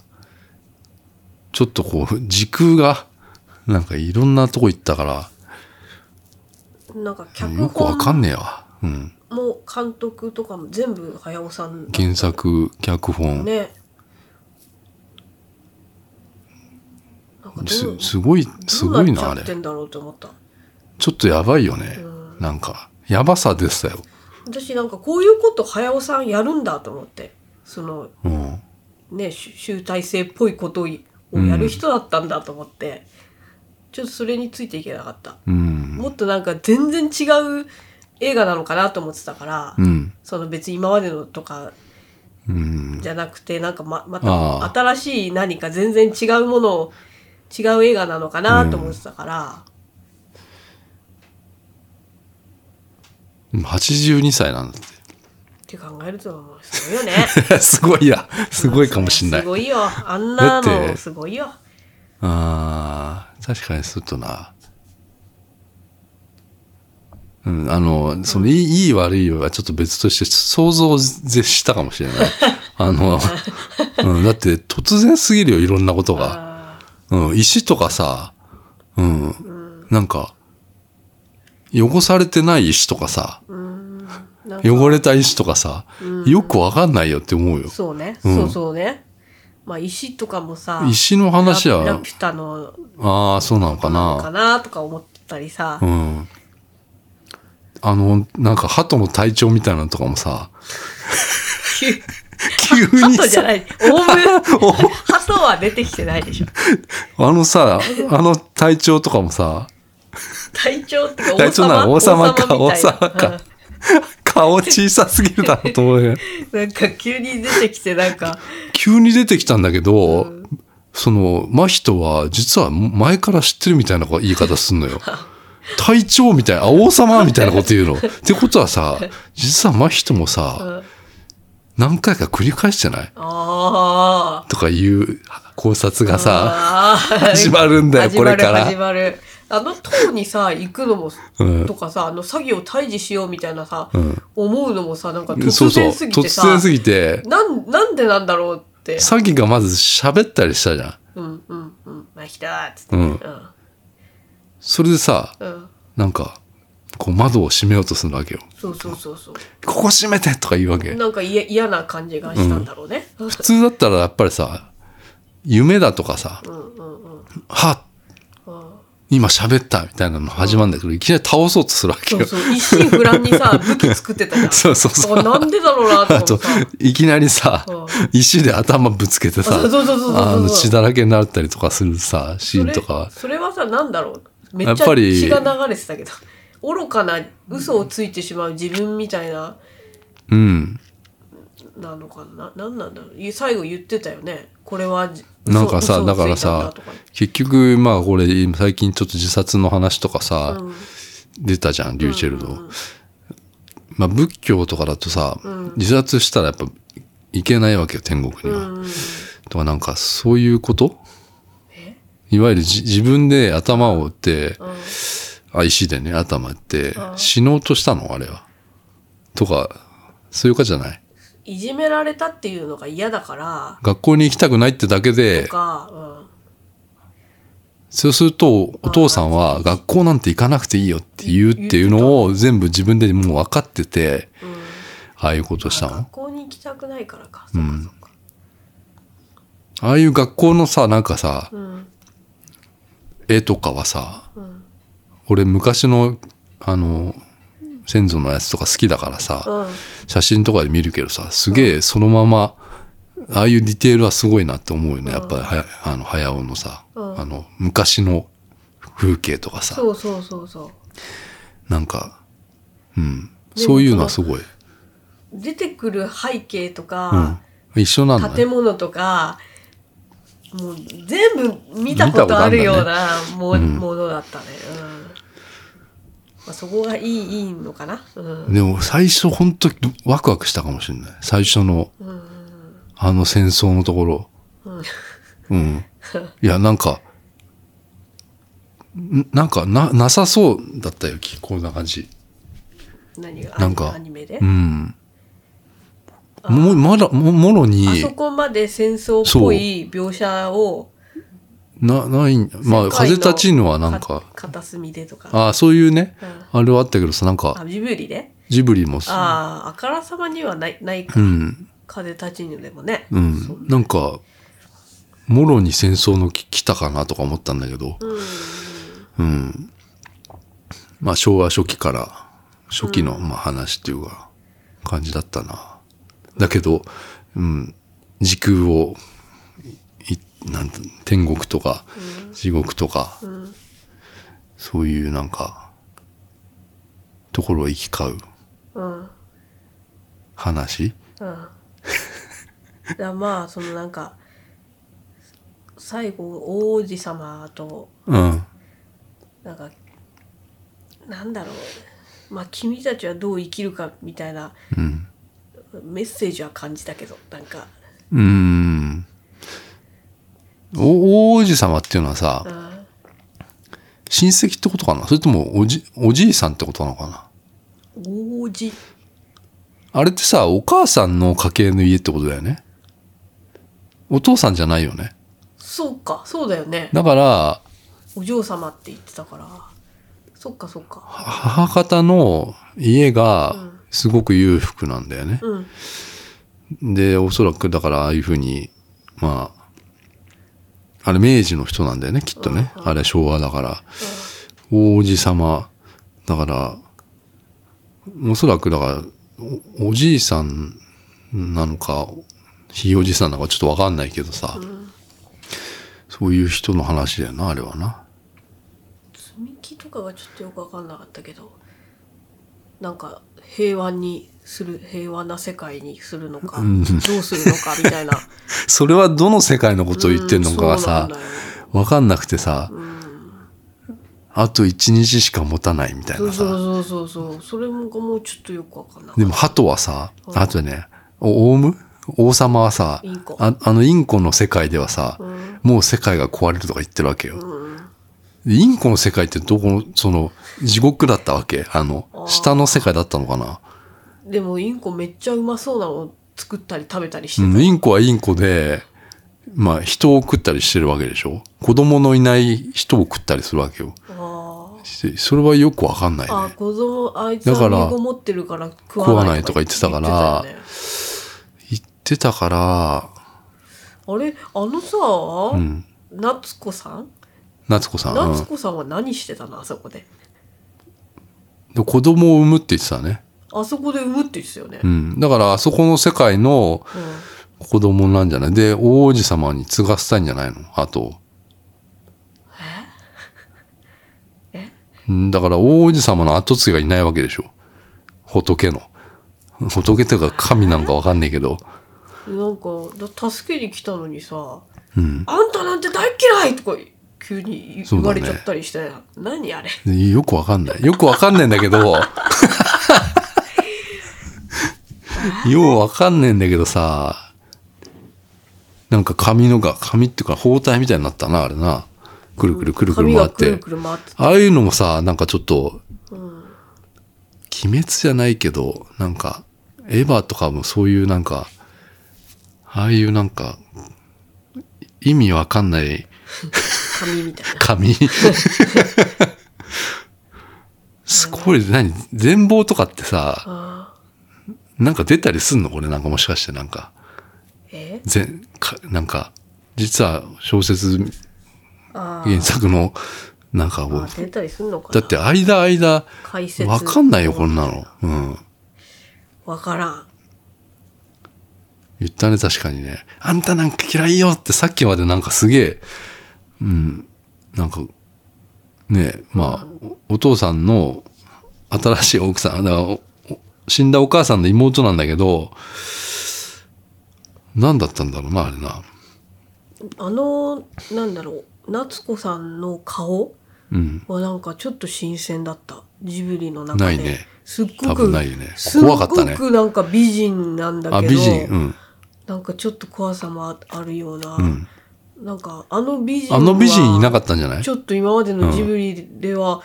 [SPEAKER 2] ちょっとこう、時空が、なんかいろんなとこ行ったか、
[SPEAKER 3] ーなんから脚
[SPEAKER 2] よくわか
[SPEAKER 3] 本
[SPEAKER 2] んねえわ。うん。
[SPEAKER 3] も監督とかも全部早尾さんだ
[SPEAKER 2] 原作、脚本、
[SPEAKER 3] ねなんかど
[SPEAKER 2] す
[SPEAKER 3] う、
[SPEAKER 2] すごい、す
[SPEAKER 3] ど
[SPEAKER 2] ご
[SPEAKER 3] うないっち
[SPEAKER 2] な、
[SPEAKER 3] ゃ
[SPEAKER 2] あ
[SPEAKER 3] っ
[SPEAKER 2] れ。
[SPEAKER 3] てんだろうと思った
[SPEAKER 2] ちょっとやばいよね。なんか、やばさでしたよ。
[SPEAKER 3] 私なんかこういうこと早尾さんやるんだと思ってその
[SPEAKER 2] うん。
[SPEAKER 3] ねし集大成っぽいことをやる人だったんだと思って、ちょっとそれについていけなかった。
[SPEAKER 2] うん。
[SPEAKER 3] もっとなんか全然違う映画なのかなと思ってたから、
[SPEAKER 2] うん。
[SPEAKER 3] その別に今までのとか
[SPEAKER 2] うん。
[SPEAKER 3] じゃなくて、なんかま、ま
[SPEAKER 2] あ
[SPEAKER 3] た新しい何か全然違うものを、違う映画なのかなと思ってたから、
[SPEAKER 2] 82歳なんだっ
[SPEAKER 3] って考えるともうすごいよね。
[SPEAKER 2] て。すごいや。 すごいかもしんない
[SPEAKER 3] す。ごいよ。あんな
[SPEAKER 2] だって
[SPEAKER 3] のすごいよ。
[SPEAKER 2] あー確かにするとな。うん、あの、その、いい、いい悪いはちょっと別として、想像を絶したか もしれない。あの、うん、だって突然すぎるよ、いろんなことが。
[SPEAKER 3] あ
[SPEAKER 2] うん、石とかさ、うん、なんか、汚されてない石とかさ、
[SPEAKER 3] ーなんか
[SPEAKER 2] 汚れた石とかさ、よくわかんないよって思うよ。
[SPEAKER 3] そうね、
[SPEAKER 2] ん
[SPEAKER 3] そうそうね。まあ石とかもさ、
[SPEAKER 2] 石の話
[SPEAKER 3] ララ
[SPEAKER 2] は
[SPEAKER 3] ピ、ュタの
[SPEAKER 2] ああ、そうなのかな。
[SPEAKER 3] かなとか思ったりさ、
[SPEAKER 2] うん。あの、なんか、鳩の体調みたいなのとかもさ、急に
[SPEAKER 3] 鳩じゃ
[SPEAKER 2] さ、
[SPEAKER 3] ない、オウム、 鳩は出てきてないでしょ。
[SPEAKER 2] あのさ、あの体調とかもさ、
[SPEAKER 3] 隊長ってか
[SPEAKER 2] 体
[SPEAKER 3] 王
[SPEAKER 2] 調
[SPEAKER 3] 様
[SPEAKER 2] なの王様か、王
[SPEAKER 3] みたい
[SPEAKER 2] 様
[SPEAKER 3] な
[SPEAKER 2] か。顔小さすぎるだろと思うよ。
[SPEAKER 3] うんなんか急に出てきてなんか、
[SPEAKER 2] 急に出てきたんだけど、その、真人は、実は前から知ってるみたいな言い方すんのよ。隊長みたいな、あ、王様みたいなこと言うの。ってことはさ、実は真人も
[SPEAKER 3] う
[SPEAKER 2] さ、
[SPEAKER 3] ん
[SPEAKER 2] 何回か繰り返してない
[SPEAKER 3] あー
[SPEAKER 2] とかいう考察がさ、
[SPEAKER 3] あー、
[SPEAKER 2] 始まるんだよ
[SPEAKER 3] 始まる
[SPEAKER 2] これから
[SPEAKER 3] 始まる。あの塔にさ、行くのも、
[SPEAKER 2] うん
[SPEAKER 3] とかさ、あの作業退治しようみたいなさ、
[SPEAKER 2] うん
[SPEAKER 3] 思うのもさ、なんか
[SPEAKER 2] そ
[SPEAKER 3] 突
[SPEAKER 2] うそう。
[SPEAKER 3] 然すぎて
[SPEAKER 2] 突
[SPEAKER 3] さ、
[SPEAKER 2] 然すぎて、
[SPEAKER 3] なん、なんでなんだろうって。
[SPEAKER 2] 詐欺がまず喋ったりしたじゃん。
[SPEAKER 3] うんうんうん。まあ、来たーっつって。
[SPEAKER 2] うん
[SPEAKER 3] うん。
[SPEAKER 2] それでさ、
[SPEAKER 3] うん。
[SPEAKER 2] なんか、こう窓を閉めようとするわけよ。
[SPEAKER 3] そうそうそうそう。
[SPEAKER 2] ここ閉めてとか言うわけ。
[SPEAKER 3] なんかいや嫌な感じがしたんだろうね。うん
[SPEAKER 2] 普通だったらやっぱりさ、夢だとかさ、
[SPEAKER 3] うんうん。
[SPEAKER 2] は今喋ったみたいなの始まるんだけど、いきなり倒そうとするわけ
[SPEAKER 3] そう
[SPEAKER 2] よ。
[SPEAKER 3] そう。一心不乱に さ、武器作ってたじゃん。
[SPEAKER 2] そうそうそう
[SPEAKER 3] だからなんでだろうなと
[SPEAKER 2] あ
[SPEAKER 3] 思
[SPEAKER 2] と
[SPEAKER 3] ってさ。、
[SPEAKER 2] いきなりさ
[SPEAKER 3] うん、
[SPEAKER 2] 石で頭ぶつけてさ
[SPEAKER 3] あ、そうそうそうそうそう
[SPEAKER 2] あの血だらけになったりとかするさ、シ
[SPEAKER 3] そ
[SPEAKER 2] ーン
[SPEAKER 3] れ
[SPEAKER 2] とか、
[SPEAKER 3] それはさ、なんだろう。め
[SPEAKER 2] や
[SPEAKER 3] っ
[SPEAKER 2] っ
[SPEAKER 3] ちゃ
[SPEAKER 2] ぱり
[SPEAKER 3] 血が流れてたけど。愚かな嘘をついてしまう自分みたいな、
[SPEAKER 2] うん。
[SPEAKER 3] なのかな。なんなんだろう。い最後言ってたよね。これはじ、嘘
[SPEAKER 2] なんかさ、
[SPEAKER 3] 嘘を
[SPEAKER 2] だ
[SPEAKER 3] つい
[SPEAKER 2] から
[SPEAKER 3] たんだ
[SPEAKER 2] さ
[SPEAKER 3] とか言って、
[SPEAKER 2] 結局、まあこれ、最近ちょっと自殺の話とかさ、出たじゃん、リューチェルの。まあ仏教とかだとさ、自殺したらやっぱいけないわけよ、天国には。とかなんか、そういうこといわゆるじ自分で頭を打って、あ、石でね、頭打って、死のうとしたのあれは。とか、そういうかじゃない
[SPEAKER 3] いじめられたっていうのが嫌だから、
[SPEAKER 2] 学校に行きたくないってだけで
[SPEAKER 3] と、か、うん。
[SPEAKER 2] そうすると、お父さんは学校なんて行かなくていいよって言うっていうのを全部自分でもう分かってて、ああいうことしたの
[SPEAKER 3] 学校に行きたくないからか。そうかそうか。
[SPEAKER 2] ああいう学校のさ、なんかさ、
[SPEAKER 3] ん
[SPEAKER 2] 絵とかはさ、俺昔の、あの、先祖のやつとか好きだからさ、
[SPEAKER 3] うん。
[SPEAKER 2] 写真とかで見るけどさ、すげえそのまま、ああいうディテールはすごいなって思うよね。やっぱりはや、あの、早尾のさ、
[SPEAKER 3] うん
[SPEAKER 2] あの、昔の風景とかさ、
[SPEAKER 3] そうそうそうそう。
[SPEAKER 2] なんか、うん。そういうのはすごい。
[SPEAKER 3] 出てくる背景と
[SPEAKER 2] う
[SPEAKER 3] か
[SPEAKER 2] ん、。一緒なんだ、ね
[SPEAKER 3] 建。物とか、もう全部見たことあるようなも,、
[SPEAKER 2] ん
[SPEAKER 3] ものだったね。うんまあ、そこがいいいいのかな。うん。
[SPEAKER 2] でも最初本当ワクワクしたかもしれない。最初の、あの戦争のところ。うん。いや、なんか、んなんかな、なさそうだったよ、きこんな感じ。
[SPEAKER 3] 何が
[SPEAKER 2] なんか
[SPEAKER 3] アニメで、
[SPEAKER 2] うん。も、まだ、も、もろ
[SPEAKER 3] あ
[SPEAKER 2] に
[SPEAKER 3] そ、こまで戦争っぽい描写を、
[SPEAKER 2] な、ない、まあ、
[SPEAKER 3] 世界
[SPEAKER 2] 風
[SPEAKER 3] の
[SPEAKER 2] 立ちぬはなんか、
[SPEAKER 3] 片隅でとか。
[SPEAKER 2] ああ、そういうね、あれはあったけどさ、なんか
[SPEAKER 3] あ、、ジブリで
[SPEAKER 2] ジブリも、
[SPEAKER 3] ああ、あからさまにはない、ないか、
[SPEAKER 2] うん、
[SPEAKER 3] 風立ちぬでもね。
[SPEAKER 2] うん、なんか、もろに戦争のき来たかなとか思ったんだけど、うん。まあ、昭和初期から、初期の、まあ、話っていうか、感じだったな。だけど、うん、時空を、いなんて天国とか、地獄とか、そういうなんか、ところを行き交う
[SPEAKER 3] うん
[SPEAKER 2] 話
[SPEAKER 3] うん、だからまあそのなんか最後王子様と
[SPEAKER 2] うん。
[SPEAKER 3] なんかなんだろうまあ君たちはどう生きるかみたいな
[SPEAKER 2] うん。
[SPEAKER 3] メッセージは感じたけどなんか
[SPEAKER 2] うーん。お、王子様っていうのはさ、
[SPEAKER 3] うん
[SPEAKER 2] 親戚ってことかなそれともおじ、おじいさんってことなのかな
[SPEAKER 3] 王子
[SPEAKER 2] あれってさ、お母さんの家系の家ってことだよねお父さんじゃないよね
[SPEAKER 3] そうかそうだよね
[SPEAKER 2] だから、
[SPEAKER 3] お嬢様って言ってたからそっかそっか
[SPEAKER 2] 母方の家が
[SPEAKER 3] うん
[SPEAKER 2] すごく裕福なんだよね。
[SPEAKER 3] うん
[SPEAKER 2] で、おそらくだからああいうふうに、まあ、あれ明治の人なんだよね、きっとね。あれ昭和だから。王子様、だから、おそらくだから、おおじいさんなのか、ひいおじさんなのかちょっとわかんないけどさ、そういう人の話だよな、あれはな。
[SPEAKER 3] 積み木とかがちょっとよく分かんなかったけどなんか平和にする平和な世界にするのか、どうするのかみたいな
[SPEAKER 2] それはどの世界の ことを言ってんのかがさ、
[SPEAKER 3] うんそうなんだよ
[SPEAKER 2] わかんなくてさ、あと一日しか持たないみたい
[SPEAKER 3] そ
[SPEAKER 2] な
[SPEAKER 3] うそ
[SPEAKER 2] さ。
[SPEAKER 3] うそうそうそうそれももうちょっとよく分かんなか
[SPEAKER 2] で
[SPEAKER 3] っ
[SPEAKER 2] も、鳩はさ、あとね、おオウム王様はさ
[SPEAKER 3] インコ
[SPEAKER 2] あ、あのインコの世界ではさ、
[SPEAKER 3] ん
[SPEAKER 2] もう世界が壊れるとか言ってるわけよ。
[SPEAKER 3] た、うん、
[SPEAKER 2] インコの世界ってどこの、その、地獄だったわけあの、
[SPEAKER 3] ー
[SPEAKER 2] 下の世界だったのかな
[SPEAKER 3] でもインコめっちゃうまそうなの作ったり食べたりして
[SPEAKER 2] う
[SPEAKER 3] た、
[SPEAKER 2] んインコはインコで、まあ人を食ったりしてるわけでしょ子供のいない人を食ったりするわけよ。
[SPEAKER 3] あー
[SPEAKER 2] してそれはよくわかんない
[SPEAKER 3] あ
[SPEAKER 2] ね
[SPEAKER 3] ー。子供あいつ
[SPEAKER 2] だから
[SPEAKER 3] は身ご持ってるから食わない
[SPEAKER 2] 食わないとか言ってたから
[SPEAKER 3] 言ってたよね
[SPEAKER 2] 言ってたから、
[SPEAKER 3] あれあのさ、
[SPEAKER 2] うん。
[SPEAKER 3] 夏子さん
[SPEAKER 2] 夏子さん。うん
[SPEAKER 3] 夏子さんは何してたのあそこで
[SPEAKER 2] で子供を産むって言ってたね。
[SPEAKER 3] あそこで産むって言ってたよね
[SPEAKER 2] う。ん。だから、あそこの世界の
[SPEAKER 3] うん
[SPEAKER 2] 子供なんじゃないで、王子様に継がせたいんじゃないのあと。
[SPEAKER 3] え
[SPEAKER 2] うんだから、王子様の後継ぎがいないわけでしょ。仏の。仏っていうか神なんかわかんないけど。
[SPEAKER 3] なんかだ助けに来たのにさ
[SPEAKER 2] うん
[SPEAKER 3] 「あんたなんて大嫌い!」とか急に
[SPEAKER 2] そ
[SPEAKER 3] 言
[SPEAKER 2] うだ
[SPEAKER 3] わ
[SPEAKER 2] ね
[SPEAKER 3] れちゃったりして、何あれ
[SPEAKER 2] でよくわかんない。よくわかんないんだ けど。ようわかんねえんだけどさ。なんか髪のが、髪っていうか包帯みたいになったな、あれな。くるくるくるくる
[SPEAKER 3] 髪
[SPEAKER 2] 回
[SPEAKER 3] が
[SPEAKER 2] っ
[SPEAKER 3] く
[SPEAKER 2] て
[SPEAKER 3] る。くる回って
[SPEAKER 2] ああいうのもさ、なんかちょっと、
[SPEAKER 3] うん
[SPEAKER 2] 鬼滅じゃないけど、なんか、エヴァとかもそういうなんか、ああいうなんか、意味わかんない
[SPEAKER 3] 髪みたいな
[SPEAKER 2] 紙すごい、何全貌とかってさ、
[SPEAKER 3] あー
[SPEAKER 2] なんか出たりすんのこれなんかもしかしてなんか、
[SPEAKER 3] え
[SPEAKER 2] 全、かなんか、実は小説
[SPEAKER 3] あー
[SPEAKER 2] 原作の、なんかこ
[SPEAKER 3] あ
[SPEAKER 2] う
[SPEAKER 3] 出たりすんのかな
[SPEAKER 2] だって間間、
[SPEAKER 3] 解説
[SPEAKER 2] わかんないよ、こんなの。うん。
[SPEAKER 3] わからん
[SPEAKER 2] 言ったね、確かにね。あんたなんか嫌いよってさっきまでなんかすげえ、うん、なんか、ねえ、まあ、おお父さんの新しい奥さん、だからおお死んだお母さんの妹なんだけど、何だったんだろうな、あれな。
[SPEAKER 3] あのなんだろう夏子さんの顔
[SPEAKER 2] うん。
[SPEAKER 3] はなんかちょっと新鮮だったジブリの中で
[SPEAKER 2] ないね
[SPEAKER 3] すっ
[SPEAKER 2] 多
[SPEAKER 3] ごく
[SPEAKER 2] 分ないよね
[SPEAKER 3] すっ
[SPEAKER 2] 怖かったね
[SPEAKER 3] ごくなんか美人なんだけど
[SPEAKER 2] あ、美人。うん。
[SPEAKER 3] なんかちょっと怖さもあるような、
[SPEAKER 2] ん
[SPEAKER 3] なんかあの美人
[SPEAKER 2] あの美人いなか
[SPEAKER 3] っ
[SPEAKER 2] ったんじゃない
[SPEAKER 3] ちょっと今までのジブリでは、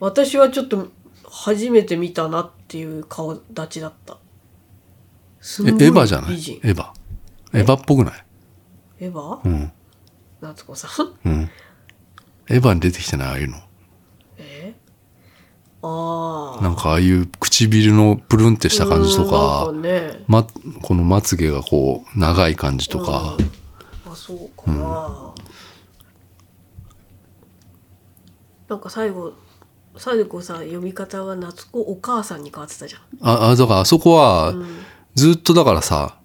[SPEAKER 3] 私はちょっと初めて見たなっていう顔立ちだったすん
[SPEAKER 2] えエ
[SPEAKER 3] ご
[SPEAKER 2] ヴ
[SPEAKER 3] い
[SPEAKER 2] ァじゃない
[SPEAKER 3] 美
[SPEAKER 2] エ
[SPEAKER 3] 人
[SPEAKER 2] ヴァ。エヴァっぽくない
[SPEAKER 3] エヴァ、
[SPEAKER 2] うん。
[SPEAKER 3] 夏子さん
[SPEAKER 2] うん。エヴァに出てきてない、ああいうの。
[SPEAKER 3] えああ
[SPEAKER 2] なんかああいう唇のプルンってした感じとか、
[SPEAKER 3] うんなんかね
[SPEAKER 2] ま、このまつげがこう、長い感じとか、
[SPEAKER 3] あそうかな、なんか最後最後さ読み方が夏子お母さんに変わってたじゃん
[SPEAKER 2] あ、あ、だからあそこは、ずっとだからさ、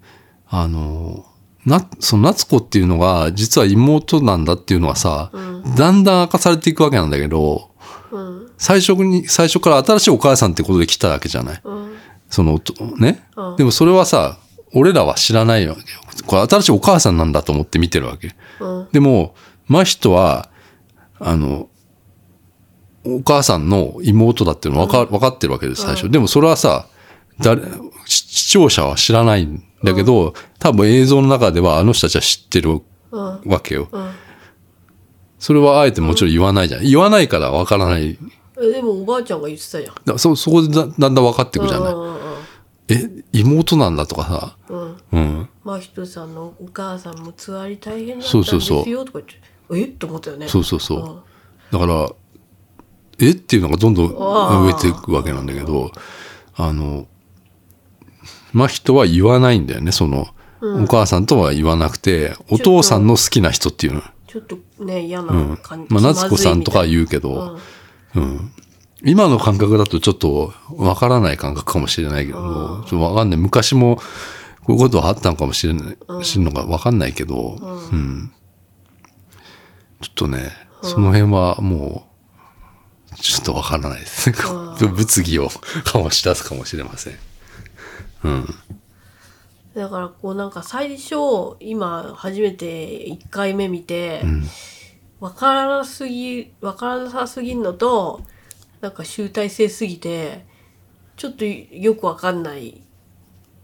[SPEAKER 2] あの、な、その夏子っていうのが、実は妹なんだっていうのはさ、だんだん明かされていくわけなんだけど、
[SPEAKER 3] ううん
[SPEAKER 2] 最初に、最初から新しいお母さんってことで来たわけじゃない。
[SPEAKER 3] うん
[SPEAKER 2] そのおと、ね
[SPEAKER 3] うん。
[SPEAKER 2] でもそれはさ、俺らは知らないわけよ。これ新しいお母さんなんだと思って見てるわけ。
[SPEAKER 3] うん
[SPEAKER 2] でも、真人は、あの、お母さんの妹だっていうのわか、わかってるわけです、最初。でもそれはさ、誰、し視聴者は知らないんだけど、多分映像の中ではあの人たちは知ってる
[SPEAKER 3] うん
[SPEAKER 2] わけよ。
[SPEAKER 3] うん
[SPEAKER 2] それはあえてもちろん言わないじゃん。言わないからわからない。
[SPEAKER 3] えでもおばあちゃんが言ってたじゃん
[SPEAKER 2] だそ、そこでだだんだん分かっていくじゃない。
[SPEAKER 3] うんうんうん
[SPEAKER 2] え、妹なんだとかさ、
[SPEAKER 3] うん
[SPEAKER 2] うん。
[SPEAKER 3] まあ、ひとさんのお母さんもつわり大変だった
[SPEAKER 2] そ
[SPEAKER 3] ん
[SPEAKER 2] う
[SPEAKER 3] です
[SPEAKER 2] そうそう
[SPEAKER 3] よとか言ってえっと思ったよね
[SPEAKER 2] そうそうそう。だから、えっていうのがどんどん
[SPEAKER 3] あ
[SPEAKER 2] 植え
[SPEAKER 3] ー
[SPEAKER 2] ていくわけなんだけど、あの、真人は言わないんだよね、その、お母さんとは言わなくて、お父さんの好きな人っていうの。
[SPEAKER 3] ちょっとね嫌
[SPEAKER 2] う。
[SPEAKER 3] なん感じ、
[SPEAKER 2] まあ、夏子さんとかは
[SPEAKER 3] う
[SPEAKER 2] 言うけ
[SPEAKER 3] みたい
[SPEAKER 2] ど
[SPEAKER 3] な、
[SPEAKER 2] うん。今の感覚だとちょっとわからない感覚かもしれないけど、
[SPEAKER 3] あ
[SPEAKER 2] ちょっとわかんない。昔もこういうことはあったのかもしれない、しんのがわかんないけど、うんん。ちょっとね、その辺はもう、ちょっとわからないですね。 物議を醸し出すかもしれません。うん。
[SPEAKER 3] だからこうなんか最初今初めて1回目見て、
[SPEAKER 2] うん。
[SPEAKER 3] わからなすぎわからなさすぎんのとなんか集大成すぎてちょっとよくわかんない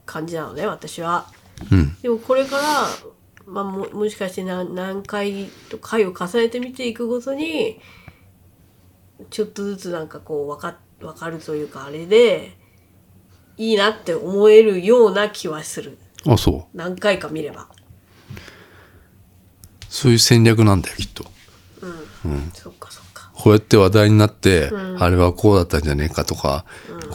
[SPEAKER 3] 感じなのね私は。
[SPEAKER 2] うん。
[SPEAKER 3] でもこれから、まあ、ももしかして何何回と回を重ねて見ていくごとにちょっとずつなんかこうわかわかるというかあれでいいなって思えるような気はする
[SPEAKER 2] あ、そう。
[SPEAKER 3] 何回か見れば、
[SPEAKER 2] そういう戦略なんだよ、きっと。
[SPEAKER 3] そっかそっか
[SPEAKER 2] こうやって話題になって、あれはこうだったんじゃねえかとか、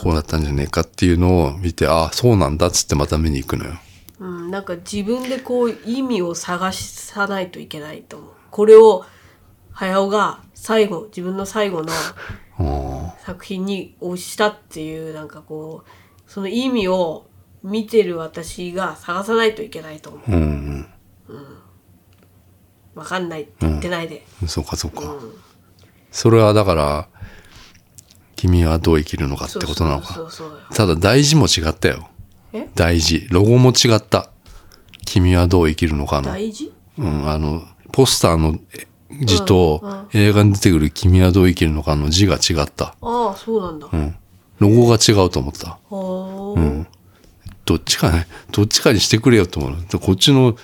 [SPEAKER 2] こうだったんじゃねえかっていうのを見て、ああ、そうなんだっつってまた見に行くのよ。
[SPEAKER 3] うんなんか自分でこう意味を探さないといけないと思うこれを早尾が最後自分の最後の
[SPEAKER 2] うん
[SPEAKER 3] 作品に推したっていうなんかこうその意味を見てる私が探さないといけないと思
[SPEAKER 2] うん、
[SPEAKER 3] うわかんないって言ってないで、
[SPEAKER 2] うん。そうか、そうか。
[SPEAKER 3] ん
[SPEAKER 2] それはだから、君はどう生きるのかってことなのか。
[SPEAKER 3] そうそうそうそう
[SPEAKER 2] ただ、大事も違ったよ。
[SPEAKER 3] え
[SPEAKER 2] 大事。ロゴも違った。君はどう生きるのかの。
[SPEAKER 3] 大事
[SPEAKER 2] うん、あの、ポスターのえ字
[SPEAKER 3] うんうん
[SPEAKER 2] と、映画に出てくる君はどう生きるのかの字が違った。
[SPEAKER 3] ああそうなんだ、
[SPEAKER 2] うん。ロゴが違うと思った。
[SPEAKER 3] ほ
[SPEAKER 2] う
[SPEAKER 3] ー
[SPEAKER 2] ん。どっちかね、どっちかにしてくれよと思う。でこっちの、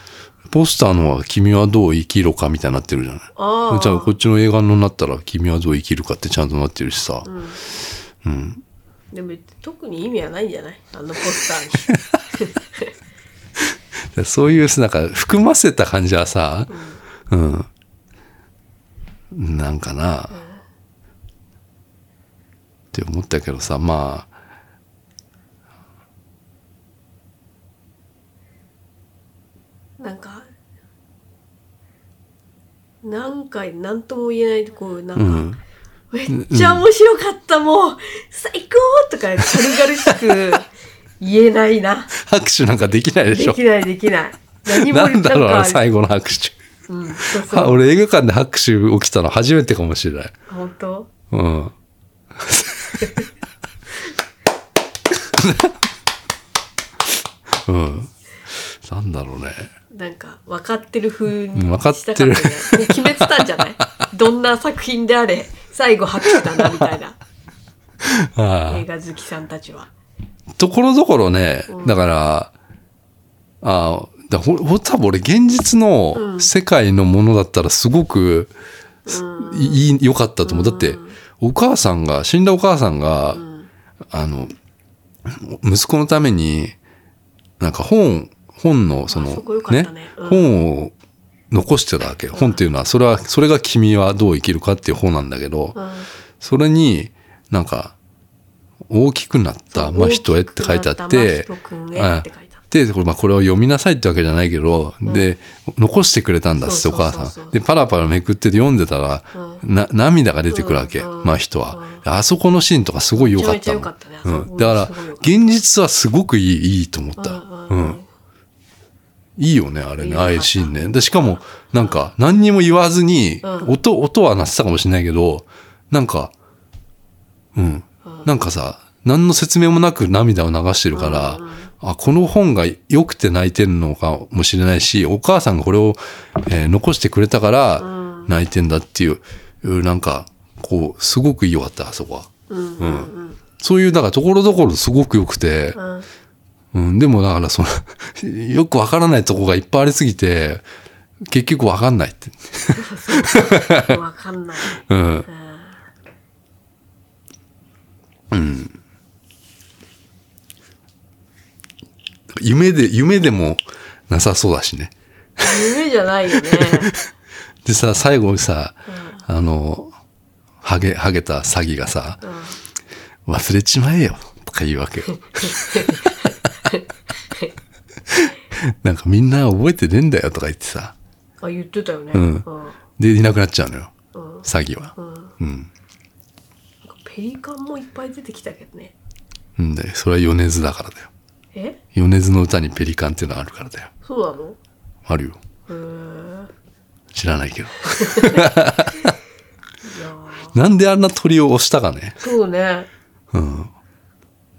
[SPEAKER 2] ポスターのは君はどう生きろかみたいになってるじゃない。
[SPEAKER 3] ああ
[SPEAKER 2] じゃあこっちの映画のなったら君はどう生きるかってちゃんとなってるしさ。
[SPEAKER 3] でも特に意味はないんじゃないあのポスターに
[SPEAKER 2] でそういう、なんか含ませた感じはさ、うん。なんかな、って思ったけどさ、まあ、
[SPEAKER 3] なんか何回何とも言えないこうなんか、
[SPEAKER 2] うん。
[SPEAKER 3] めっちゃ面白かった、もう最高とか軽々しく言えないな
[SPEAKER 2] 拍手なんかできないで
[SPEAKER 3] で
[SPEAKER 2] しょ。
[SPEAKER 3] きないできない何も
[SPEAKER 2] なんだろう
[SPEAKER 3] な
[SPEAKER 2] な、
[SPEAKER 3] んか
[SPEAKER 2] 最後の拍手。
[SPEAKER 3] うん、そう
[SPEAKER 2] あ
[SPEAKER 3] そう。
[SPEAKER 2] 俺映画館で拍手起きたの初めてかもしれない。
[SPEAKER 3] 本当
[SPEAKER 2] うん。 うん。なんだろうね。
[SPEAKER 3] なんか、分かってる風に
[SPEAKER 2] うん分かってる
[SPEAKER 3] したかったね。もう決めてたんじゃないどんな作品であれ、最後拍手だな、みたいな。
[SPEAKER 2] あ
[SPEAKER 3] 映画好きさんたちは。
[SPEAKER 2] あ。ところどころね、だから、ああ、だほほ多分俺現実の世界のものだったらすごく、すいい、良かったと思う。だって、お母さんが、死んだお母さんが、あの、息子のために、なんか本、本の、その、
[SPEAKER 3] あそこ良かったねうん
[SPEAKER 2] 本を残してたわけよ。本っていうのは、それは、それが君はどう生きるかっていう本なんだけど、
[SPEAKER 3] うん。
[SPEAKER 2] それになんか、大きくなった真人へって書いてあって、
[SPEAKER 3] 大きくなった真人くんへって書いてあっ
[SPEAKER 2] で、これ、まあ、これを読みなさいってわけじゃないけど、で、残してくれたんだっつって、
[SPEAKER 3] そ
[SPEAKER 2] お
[SPEAKER 3] うそうそう
[SPEAKER 2] 母
[SPEAKER 3] そう
[SPEAKER 2] さん。で、パラパラめくって読んでたら、な、涙が出てくるわけ、
[SPEAKER 3] うんうん
[SPEAKER 2] まあ、人は。あそこのシーンとかすごい良かったの。
[SPEAKER 3] めちゃめちゃ良かったねあそこ
[SPEAKER 2] うん。だから
[SPEAKER 3] すごい良か、った
[SPEAKER 2] 現実はすごくいい、いいと思った。
[SPEAKER 3] う
[SPEAKER 2] うん
[SPEAKER 3] うん
[SPEAKER 2] ん。いいよね、あれ
[SPEAKER 3] いい
[SPEAKER 2] ね、
[SPEAKER 3] よ
[SPEAKER 2] ああいうシーンね。で、しかも、なんか、何にも言わずに、
[SPEAKER 3] うん
[SPEAKER 2] 音、音は鳴ってたかもしれないけど、なんか、うん。なんかさ、何の説明もなく涙を流してるから、あ、この本が良くて泣いてるのかもしれないし、お母さんがこれを、えー残してくれたから泣いてんだっていう、なんか、こう、すごく良かった、あそこは。
[SPEAKER 3] うん
[SPEAKER 2] うん。そういう、だから、ところどころすごく良くて、
[SPEAKER 3] うん
[SPEAKER 2] うん、でもだからその よくわからないとこがいっぱいありすぎて結局わかんないって、
[SPEAKER 3] わかんない。
[SPEAKER 2] うん、夢で夢でもなさそうだしね
[SPEAKER 3] 夢じゃない よね。
[SPEAKER 2] でさ最後にさ、あのハゲハゲた詐欺がさ
[SPEAKER 3] うん
[SPEAKER 2] 「忘れちまえよ」とか言うわけ よなんかみんな覚えてねえんだよとか言ってさ
[SPEAKER 3] あ、言ってたよね。
[SPEAKER 2] うん
[SPEAKER 3] うん
[SPEAKER 2] でいなくなっちゃうのよ
[SPEAKER 3] うん
[SPEAKER 2] 詐欺は
[SPEAKER 3] うん
[SPEAKER 2] うん、
[SPEAKER 3] なんかペリカンもいっぱい出てきたけどね。
[SPEAKER 2] うん、でそれは米津だからだよ
[SPEAKER 3] え
[SPEAKER 2] 米津の歌にペリカンっていうのがあるからだよ
[SPEAKER 3] そうなの
[SPEAKER 2] あるよ
[SPEAKER 3] へー
[SPEAKER 2] 知らないけど
[SPEAKER 3] いやー
[SPEAKER 2] なんであんな鳥を押したかね。
[SPEAKER 3] そうね。
[SPEAKER 2] うん。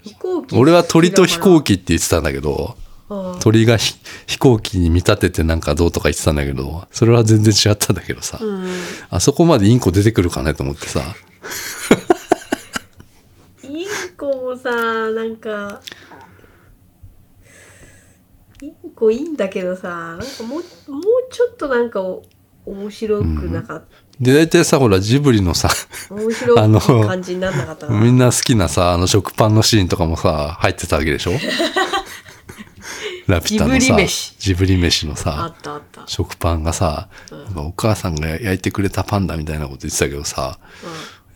[SPEAKER 3] 飛行機。
[SPEAKER 2] 俺は鳥と飛行
[SPEAKER 3] 機。
[SPEAKER 2] 機って言ってたんだけど、
[SPEAKER 3] あー
[SPEAKER 2] 鳥がひ飛行機に見立ててなんかどうとか言ってたんだけど、それは全然違ったんだけどさ、
[SPEAKER 3] うん。
[SPEAKER 2] あそこまでインコ出てくるかねと思ってさ、
[SPEAKER 3] インコもさ、なんか、インコいいんだけどさ、なんかもう、もうちょっとなんかお面白くなかっ
[SPEAKER 2] で、大体さ、ほら、ジブリのさ、
[SPEAKER 3] た、面白
[SPEAKER 2] あの
[SPEAKER 3] い感じになんなかったな。
[SPEAKER 2] みんな好きなさ、あの食パンのシーンとかもさ、入ってたわけ でしょラピュタのさ、
[SPEAKER 3] ジブリ飯
[SPEAKER 2] ジブリ飯の
[SPEAKER 3] あ
[SPEAKER 2] さ、
[SPEAKER 3] ったあった。
[SPEAKER 2] 食パンがさ、なんかお母さんが焼いてくれたパンだみたいなこと言ってたけどさ、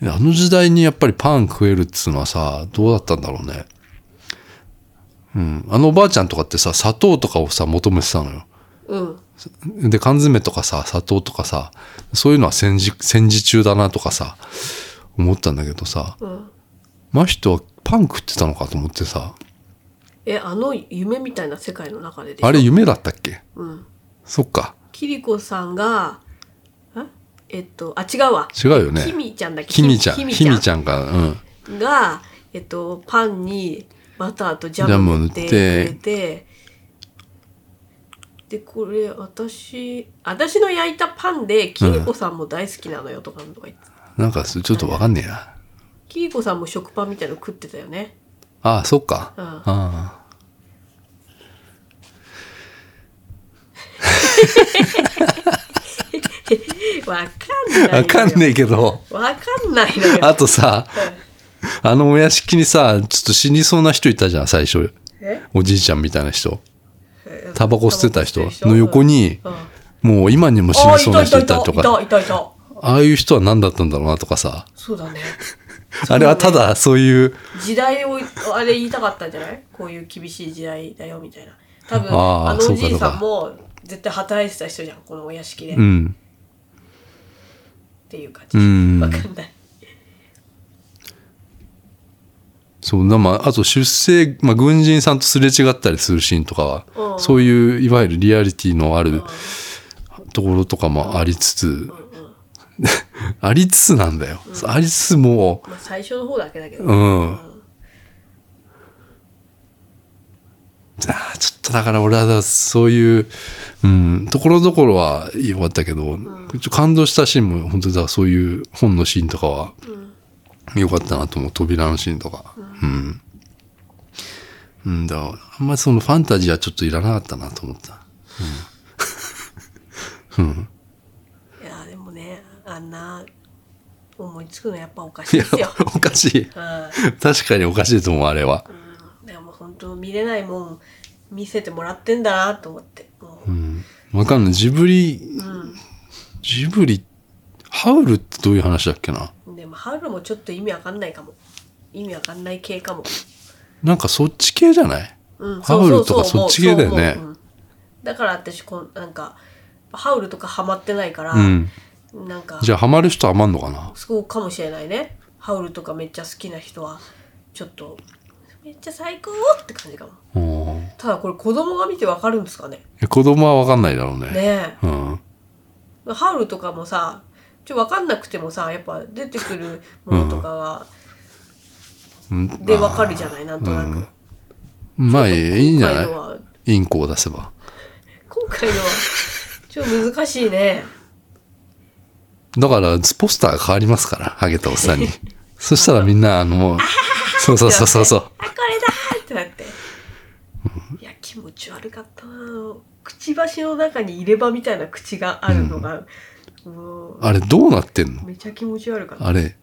[SPEAKER 3] う
[SPEAKER 2] いやあの時代にやっぱりパン食えるっつうのはさ、どうだったんだろうね。うん。あのおばあちゃんとかってさ、砂糖とかをさ、求めてたのよ。
[SPEAKER 3] ん。うん。
[SPEAKER 2] で、缶詰とかさ、砂糖とかさ、そういうのは戦時、戦時中だなとかさ、思ったんだけどさ、
[SPEAKER 3] うん。
[SPEAKER 2] 真人はパン食ってたのかと思ってさ、
[SPEAKER 3] え、あの夢みたいな世界の中ででしょ
[SPEAKER 2] あれ夢だったっけ
[SPEAKER 3] うん。
[SPEAKER 2] そっか。
[SPEAKER 3] キリコさんが、ええっと、あ、違うわ。
[SPEAKER 2] 違うよね
[SPEAKER 3] キ。ミちゃんだっけ
[SPEAKER 2] ひみちゃん。
[SPEAKER 3] キ
[SPEAKER 2] ひ
[SPEAKER 3] ミ
[SPEAKER 2] み
[SPEAKER 3] ちゃん
[SPEAKER 2] ちゃんが、うん。
[SPEAKER 3] が、えっと、パンにバターとジャムを塗ってくれて、で、これ、私、私の焼いたパンで、キリコさんも大好きなのよとかなんとか言って、
[SPEAKER 2] なんか、ちょっとわかんねえな。
[SPEAKER 3] キリコさんも食パンみたいの食ってたよね。
[SPEAKER 2] ああ、そっか。
[SPEAKER 3] うん
[SPEAKER 2] ああ。
[SPEAKER 3] わかんないのよ。
[SPEAKER 2] わかんねえけど、
[SPEAKER 3] わかんないのよ。
[SPEAKER 2] あとさ、あのお屋敷にさ、ちょっと死にそうな人いたじゃん、最初。
[SPEAKER 3] え
[SPEAKER 2] おじいちゃんみたいな人。
[SPEAKER 3] え
[SPEAKER 2] タバコ吸ってた人
[SPEAKER 3] タバコ吸ってる
[SPEAKER 2] の横に、
[SPEAKER 3] うんうん
[SPEAKER 2] もう今にも死
[SPEAKER 3] あ
[SPEAKER 2] に
[SPEAKER 3] ー
[SPEAKER 2] そうな人いた
[SPEAKER 3] い
[SPEAKER 2] りと
[SPEAKER 3] いた
[SPEAKER 2] か、
[SPEAKER 3] いたいた
[SPEAKER 2] ああいう人は何だったんだろうなとかさ、
[SPEAKER 3] そうだね
[SPEAKER 2] あれはただそういう、
[SPEAKER 3] 時代をあれ言いたかったんじゃないこういう厳しい時代だよみたいな多分
[SPEAKER 2] あー
[SPEAKER 3] あの
[SPEAKER 2] そ
[SPEAKER 3] お
[SPEAKER 2] うか
[SPEAKER 3] じ
[SPEAKER 2] そ
[SPEAKER 3] いう
[SPEAKER 2] か
[SPEAKER 3] さんも絶対働いてた人じゃんこのお屋敷で、
[SPEAKER 2] う
[SPEAKER 3] っ
[SPEAKER 2] ん、
[SPEAKER 3] ていう感
[SPEAKER 2] う
[SPEAKER 3] じわ
[SPEAKER 2] ん、
[SPEAKER 3] かんない
[SPEAKER 2] そう、なまあ、あと出生、まあ、軍人さんとすれ違ったりするシーンとか
[SPEAKER 3] う
[SPEAKER 2] は、
[SPEAKER 3] ん
[SPEAKER 2] そういう、いわゆるリアリティのあるところとかもありつつ、ありつつなんだよ。ありつつも
[SPEAKER 3] まあ最初の方だけだけど、
[SPEAKER 2] う、うん。あーちょっとだから俺はそういう、うん、ところどころは良かったけど、ちょっと感動したシーンも本当だそういう本のシーンとかは良かったなと思う扉のシーンとか。うん。うんだからあんまりそのファンタジーはちょっといらなかったなと思った。
[SPEAKER 3] いやーでもねあんな思いつくのやっぱおかし
[SPEAKER 2] い
[SPEAKER 3] い
[SPEAKER 2] や
[SPEAKER 3] ですよ、
[SPEAKER 2] おか しい。
[SPEAKER 3] う
[SPEAKER 2] 確かにおかしいと思う、あれは。
[SPEAKER 3] ん、でも本当見れないもん見せてもらってんだなと思ってもう
[SPEAKER 2] うん。わかんない。ジブリ、ジブリ、ハウルってどういう話だっけな
[SPEAKER 3] でもハウルもちょっと意味わかんないかも意味わかんない系かも
[SPEAKER 2] なんかそっち系じゃない
[SPEAKER 3] うん
[SPEAKER 2] ハウルとかそっち系だよね
[SPEAKER 3] そうそうそう思ううんだから私こんなんかハウルとかハマってないから、
[SPEAKER 2] うん。
[SPEAKER 3] なんか
[SPEAKER 2] じゃあハマる人はハマんのかな
[SPEAKER 3] そうかもしれないねハウルとかめっちゃ好きな人はちょっとめっちゃ最高って感じかも
[SPEAKER 2] うん
[SPEAKER 3] ただこれ子供が見てわかるんですかね
[SPEAKER 2] いや子供はわかんないだろうね。
[SPEAKER 3] ね
[SPEAKER 2] うん。
[SPEAKER 3] えハウルとかもさちょわかんなくてもさやっぱ出てくるものとかが、
[SPEAKER 2] うん
[SPEAKER 3] でわかるじゃないなんとなく、
[SPEAKER 2] まあいいいいんじゃな
[SPEAKER 3] 今回のはい
[SPEAKER 2] インコを出せば。
[SPEAKER 3] 今回のはちょっと難しいね
[SPEAKER 2] だから、ポスターが変わりますから、ハゲたおっさんに。そしたらみんな、あの、もう、そうそうそうそうそう。
[SPEAKER 3] あこれだーってなっていや気持ち悪かったなあのくちばしの中に入れ歯みたいな口があるのが、もう
[SPEAKER 2] あれ、どうなってんの
[SPEAKER 3] めちゃ気持ち悪かった
[SPEAKER 2] あれ、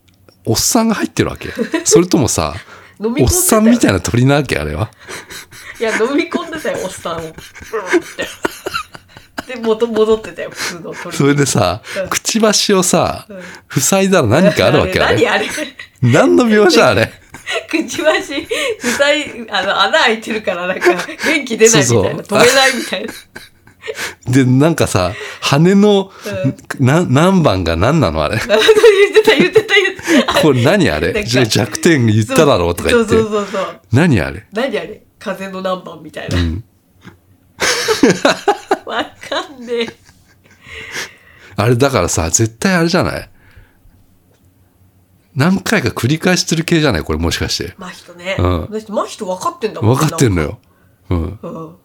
[SPEAKER 2] おっさんが入ってるわけそれともさ、
[SPEAKER 3] 飲み込んでたよ
[SPEAKER 2] おっさんみたいな鳥なわけあれは。
[SPEAKER 3] いや飲み込んでたよおっさんをブーンってで元戻ってたよ普通の鳥
[SPEAKER 2] それでさ
[SPEAKER 3] うん、
[SPEAKER 2] くちばしをさ
[SPEAKER 3] うん、
[SPEAKER 2] 塞いだら何かあるわけあ
[SPEAKER 3] 何
[SPEAKER 2] れ。
[SPEAKER 3] あれ
[SPEAKER 2] 何の描写あれ。
[SPEAKER 3] くちばし塞いあの穴開いてるからなんか元気出ないみたいな
[SPEAKER 2] そうそう
[SPEAKER 3] 止めないみたいな
[SPEAKER 2] で、なんかさ、羽の、な何番が何なのあ
[SPEAKER 3] 言
[SPEAKER 2] れ。
[SPEAKER 3] ってた言ってた言ってた
[SPEAKER 2] これ何あ
[SPEAKER 3] なん
[SPEAKER 2] れ
[SPEAKER 3] か
[SPEAKER 2] じゃ弱点言っただろうとか言っ
[SPEAKER 3] そうそう
[SPEAKER 2] て。
[SPEAKER 3] そうそう
[SPEAKER 2] 何あれ
[SPEAKER 3] 何あれ風の何番みたいな、 わかんねえ
[SPEAKER 2] あれだからさ、絶対あれじゃない何回か繰り返してる系じゃないこれもしかして。
[SPEAKER 3] 真人ね、
[SPEAKER 2] う
[SPEAKER 3] だ
[SPEAKER 2] ん
[SPEAKER 3] って真人分かってんだもん
[SPEAKER 2] 分かってん
[SPEAKER 3] の、
[SPEAKER 2] のよ。うん。
[SPEAKER 3] うん、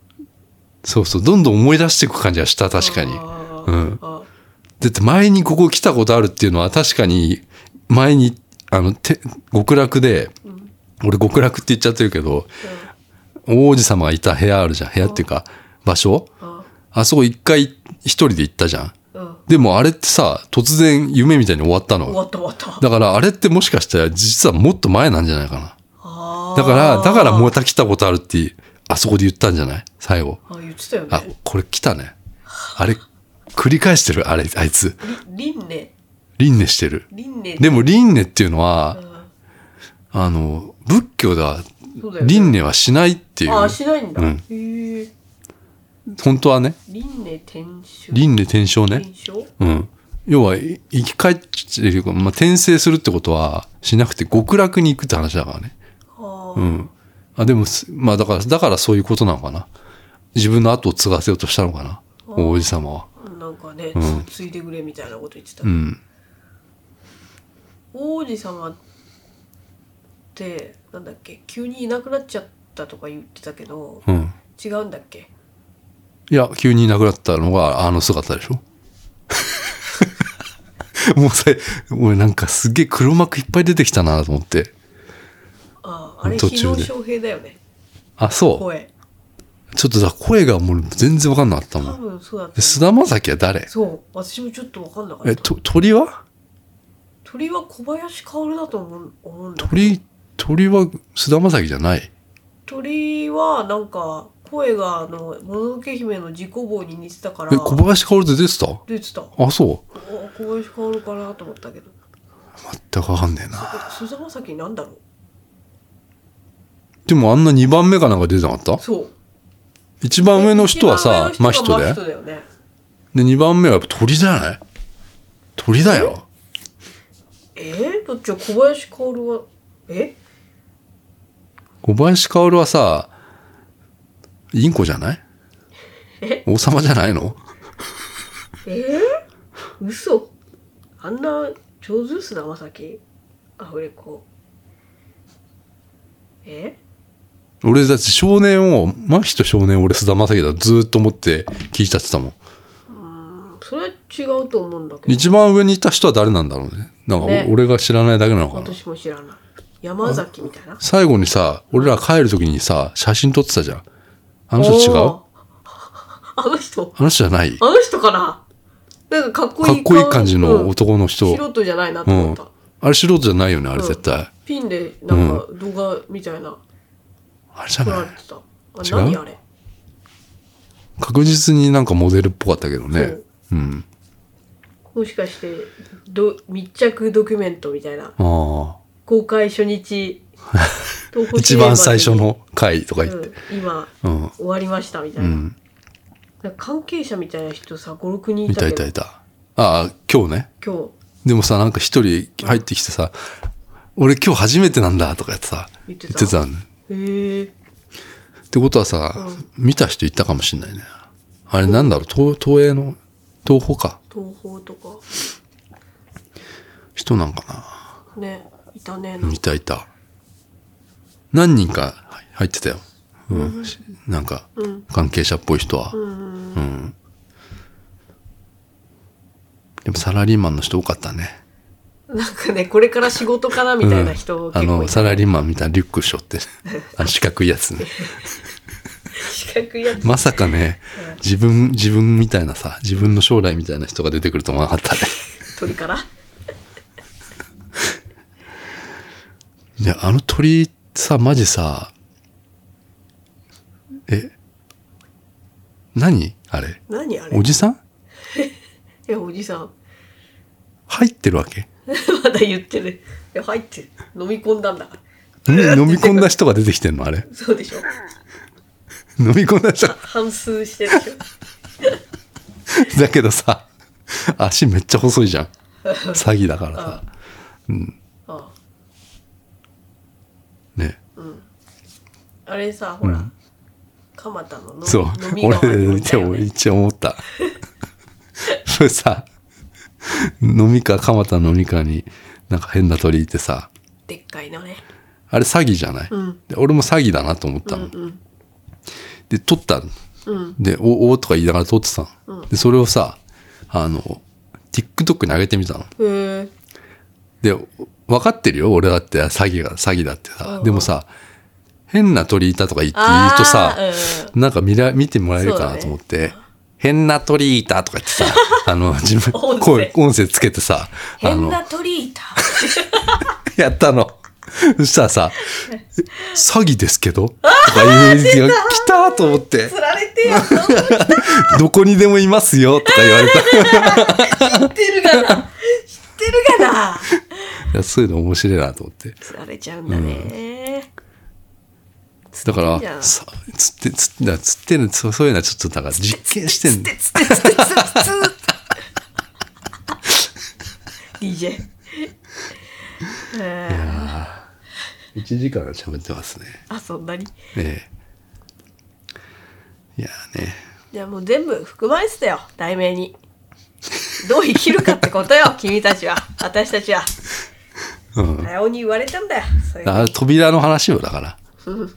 [SPEAKER 2] そうそう。どんどん思い出していく感じはした、確かに。
[SPEAKER 3] あ
[SPEAKER 2] う
[SPEAKER 3] ー
[SPEAKER 2] ん。
[SPEAKER 3] あ
[SPEAKER 2] だって前にここ来たことあるっていうのは確かに、前に、あの、て極楽で、俺極楽って言っちゃってるけど、王子様がいた部屋あるじゃん。部屋っていうか、場所
[SPEAKER 3] あ
[SPEAKER 2] あそこ一回一人で行ったじゃん。
[SPEAKER 3] うん
[SPEAKER 2] でもあれってさ、突然夢みたいに終わったの
[SPEAKER 3] 終わ
[SPEAKER 2] よ。
[SPEAKER 3] った終わった
[SPEAKER 2] だからあれってもしかしたら実はもっと前なんじゃないかな。
[SPEAKER 3] あー
[SPEAKER 2] だから、だからまた来たことあるって、あそこで言ったんじゃない最後。
[SPEAKER 3] あ言ってたよ
[SPEAKER 2] あ
[SPEAKER 3] ね、
[SPEAKER 2] これ来たね。あれ、繰り返してるあれ、あいつ。
[SPEAKER 3] り輪廻
[SPEAKER 2] 輪廻してる。
[SPEAKER 3] 輪廻
[SPEAKER 2] でも輪廻っていうのは
[SPEAKER 3] う、ん
[SPEAKER 2] あの、仏教では
[SPEAKER 3] そうだよね
[SPEAKER 2] 輪廻はしないっていう。
[SPEAKER 3] あしないんだ、
[SPEAKER 2] うん
[SPEAKER 3] へえ
[SPEAKER 2] 本当はね、
[SPEAKER 3] 輪廻転生
[SPEAKER 2] 輪廻転生ね。
[SPEAKER 3] 転生
[SPEAKER 2] うん。要は、い生き返ってる、まあ、転生するってことはしなくて極楽に行くって話だからね。
[SPEAKER 3] あ
[SPEAKER 2] う
[SPEAKER 3] ー
[SPEAKER 2] ん。あ、でもす、まあだから、だからそういうことなのかな。自分の後を継がせようとしたのかな。王子様は。
[SPEAKER 3] なんかね、
[SPEAKER 2] うん
[SPEAKER 3] つついでくれみたいなこと言ってた、
[SPEAKER 2] うん。
[SPEAKER 3] 王子様ってなんだっけ急にいなくなっちゃったとか言ってたけど、
[SPEAKER 2] うん。
[SPEAKER 3] 違うんだっけ
[SPEAKER 2] いや、急にいなくなったのがあの姿でしょ もうさ、俺なんかすげえ黒幕いっぱい出てきたなと思って。
[SPEAKER 3] あああれ
[SPEAKER 2] 途
[SPEAKER 3] 昨
[SPEAKER 2] 中で
[SPEAKER 3] 日翔平だよね
[SPEAKER 2] あ、そ
[SPEAKER 3] 声
[SPEAKER 2] う。ちょっとだ、声がもう全然わかんなかったも
[SPEAKER 3] 多
[SPEAKER 2] ん。
[SPEAKER 3] 分そうだった
[SPEAKER 2] で菅田将暉は誰
[SPEAKER 3] そう私もちょっと分かんなかっ
[SPEAKER 2] え、
[SPEAKER 3] た
[SPEAKER 2] と、鳥は
[SPEAKER 3] 鳥は小林薫だと思う思うんだ
[SPEAKER 2] 鳥、鳥は菅田将暉じゃない
[SPEAKER 3] 鳥はなんか声があの「もののけ姫」の自己棒に似てたから
[SPEAKER 2] え、小林薫で出てた
[SPEAKER 3] 出てたお
[SPEAKER 2] あ、そ
[SPEAKER 3] 小林薫かなと思ったけど
[SPEAKER 2] う。全くわかんねえな。
[SPEAKER 3] え菅田将暉なんだろ
[SPEAKER 2] でもあんな2番目かなんか出てなかっ
[SPEAKER 3] う
[SPEAKER 2] た
[SPEAKER 3] そう
[SPEAKER 2] 一番上の人はさ、
[SPEAKER 3] 一番
[SPEAKER 2] 真人
[SPEAKER 3] 上の人が
[SPEAKER 2] で。
[SPEAKER 3] 真人だよね
[SPEAKER 2] で、2番目はやっぱ鳥じゃない鳥だよ。
[SPEAKER 3] えー、どっちは小林薫はえ
[SPEAKER 2] 小林薫はさ、インコじゃない
[SPEAKER 3] え
[SPEAKER 2] 王様じゃないの
[SPEAKER 3] えー、嘘あんな上手っすなまさきアフレコえ
[SPEAKER 2] 俺だって少年を、真人少年俺菅田将暉だずーっと思って聞いちゃってたもん。
[SPEAKER 3] それは違うと思うんだけど
[SPEAKER 2] 一番上にいた人は誰なんだろうね。なんかお、
[SPEAKER 3] ね
[SPEAKER 2] 俺が知らないだけなのかな。
[SPEAKER 3] 私も知らない山崎みたいな
[SPEAKER 2] 最後にさ、俺ら帰る時にさ、写真撮ってたじゃん。あの人違
[SPEAKER 3] お
[SPEAKER 2] う
[SPEAKER 3] ーあの人
[SPEAKER 2] あの人じゃない
[SPEAKER 3] あの人かななんかかっこい
[SPEAKER 2] か
[SPEAKER 3] い
[SPEAKER 2] っこいい感じの
[SPEAKER 3] うん
[SPEAKER 2] 男の人。
[SPEAKER 3] 素人じゃないなと思った、
[SPEAKER 2] うんあれ素人じゃないよね、あれ絶対。
[SPEAKER 3] ピンでなんか動画みたいな
[SPEAKER 2] あれじゃ
[SPEAKER 3] 撮
[SPEAKER 2] な
[SPEAKER 3] ら
[SPEAKER 2] い
[SPEAKER 3] れてた、
[SPEAKER 2] 違う
[SPEAKER 3] あ何あれ
[SPEAKER 2] 確実になんかモデルっぽかったけど
[SPEAKER 3] そ
[SPEAKER 2] ね
[SPEAKER 3] う。
[SPEAKER 2] うん。
[SPEAKER 3] もしかしてど密着ドキュメントみたいな
[SPEAKER 2] あ
[SPEAKER 3] 公開初日東
[SPEAKER 2] あ。
[SPEAKER 3] 宝
[SPEAKER 2] 一番最初の回とか
[SPEAKER 3] テレ
[SPEAKER 2] 言っ
[SPEAKER 3] ビ
[SPEAKER 2] て。
[SPEAKER 3] で、うん今
[SPEAKER 2] うん。
[SPEAKER 3] 終わりましたみたいうな,、
[SPEAKER 2] ん。
[SPEAKER 3] 関係者みたいな人さ56人い
[SPEAKER 2] い
[SPEAKER 3] た
[SPEAKER 2] た
[SPEAKER 3] け
[SPEAKER 2] い
[SPEAKER 3] ど
[SPEAKER 2] たいた。ああ、今日ね。
[SPEAKER 3] 今日
[SPEAKER 2] でもさ、なんか一人入ってきてさ、俺今日初めてなんだとかやってさ、
[SPEAKER 3] 言って
[SPEAKER 2] 言ったてたんだよ
[SPEAKER 3] へえ
[SPEAKER 2] ってことはさ、見た人いたかもしれないね。あれなんだろう、東東映の、東宝か。
[SPEAKER 3] 東宝とか
[SPEAKER 2] 人なんか
[SPEAKER 3] ねいたね
[SPEAKER 2] な。いたいた。何人か入ってたよ。うん。しなんか、関係者っぽい人は。うん。でもサラリーマンの人多かったね。
[SPEAKER 3] なんかね、これから仕事かなみたいな人
[SPEAKER 2] うんあ
[SPEAKER 3] 結構
[SPEAKER 2] の、
[SPEAKER 3] いた、
[SPEAKER 2] サラリーマンみたいなリュックしょ って、あの四角いやつね。
[SPEAKER 3] 四角いやつ。
[SPEAKER 2] まさかね、自分、自分みたいなさ、自分の将来みたいな人が出てくると思わなかったね。
[SPEAKER 3] 鳥から
[SPEAKER 2] いや、あの鳥さ、マジさ、え、何あれ
[SPEAKER 3] 何あれ
[SPEAKER 2] おじさん
[SPEAKER 3] いや、おじさん。
[SPEAKER 2] 入ってる わけ
[SPEAKER 3] まだ言ってる。いや、入ってる。飲み込んだんだから。
[SPEAKER 2] に飲み込んだ人が出てきてんのあれ
[SPEAKER 3] そうでしょ
[SPEAKER 2] 飲み込んだ人
[SPEAKER 3] 半数してるで しょ
[SPEAKER 2] だけどさ足めっちゃ細いじゃん詐欺だからさ
[SPEAKER 3] あ
[SPEAKER 2] ね
[SPEAKER 3] ああれさ、ほら。蒲田のの
[SPEAKER 2] そう
[SPEAKER 3] 飲み
[SPEAKER 2] 俺
[SPEAKER 3] 川に置いたよ
[SPEAKER 2] 俺
[SPEAKER 3] ね
[SPEAKER 2] 一応思ったそれさ飲みか蒲田の飲みかになんか変な鳥いてさ
[SPEAKER 3] でっかいのね。
[SPEAKER 2] あれ詐欺じゃない、で俺も詐欺だなと思ったの、で取ったの、で「おお」とか言いながら取ってたの、でそれをさあの TikTok に上げてみたの
[SPEAKER 3] へえ。
[SPEAKER 2] で、分かってるよ、俺だって詐欺が、詐欺だってさ。でもさ、変な鳥いたとか言って言うとさ
[SPEAKER 3] あ、ー
[SPEAKER 2] なんか見ら、見てもらえるか
[SPEAKER 3] そうだ
[SPEAKER 2] な
[SPEAKER 3] ね
[SPEAKER 2] と思って、変な鳥いたとか 言ってさ、あの、自分、
[SPEAKER 3] 音声
[SPEAKER 2] 声、音声つけてさ、あ
[SPEAKER 3] 変
[SPEAKER 2] の、
[SPEAKER 3] な鳥いた。
[SPEAKER 2] やったの。 そした らさ、え詐欺ですけどとか言う、いや来たと思っ て、
[SPEAKER 3] 釣られてよ。
[SPEAKER 2] どこにでもいますよとか言わ れた。い
[SPEAKER 3] 知ってるがな。知ってるがな。
[SPEAKER 2] やそういうの面白いなと思って。
[SPEAKER 3] 釣られちゃうんだね。
[SPEAKER 2] だか
[SPEAKER 3] いいじゃん
[SPEAKER 2] ら、さつって、つって、つってる、そうそういうのはちょっと、だから実験してんだ
[SPEAKER 3] つつつつつつつ DJ。えー
[SPEAKER 2] 1時間喋ってますね。
[SPEAKER 3] あ、そんなに。
[SPEAKER 2] ええ。いやーね。
[SPEAKER 3] じゃあもう全部含まれてたよ、題名に。どう生きるかってこと よ、君たちは。私たちは。
[SPEAKER 2] うん。
[SPEAKER 3] ラオに言われたんだよ。そういう
[SPEAKER 2] あ扉の話よ、だから。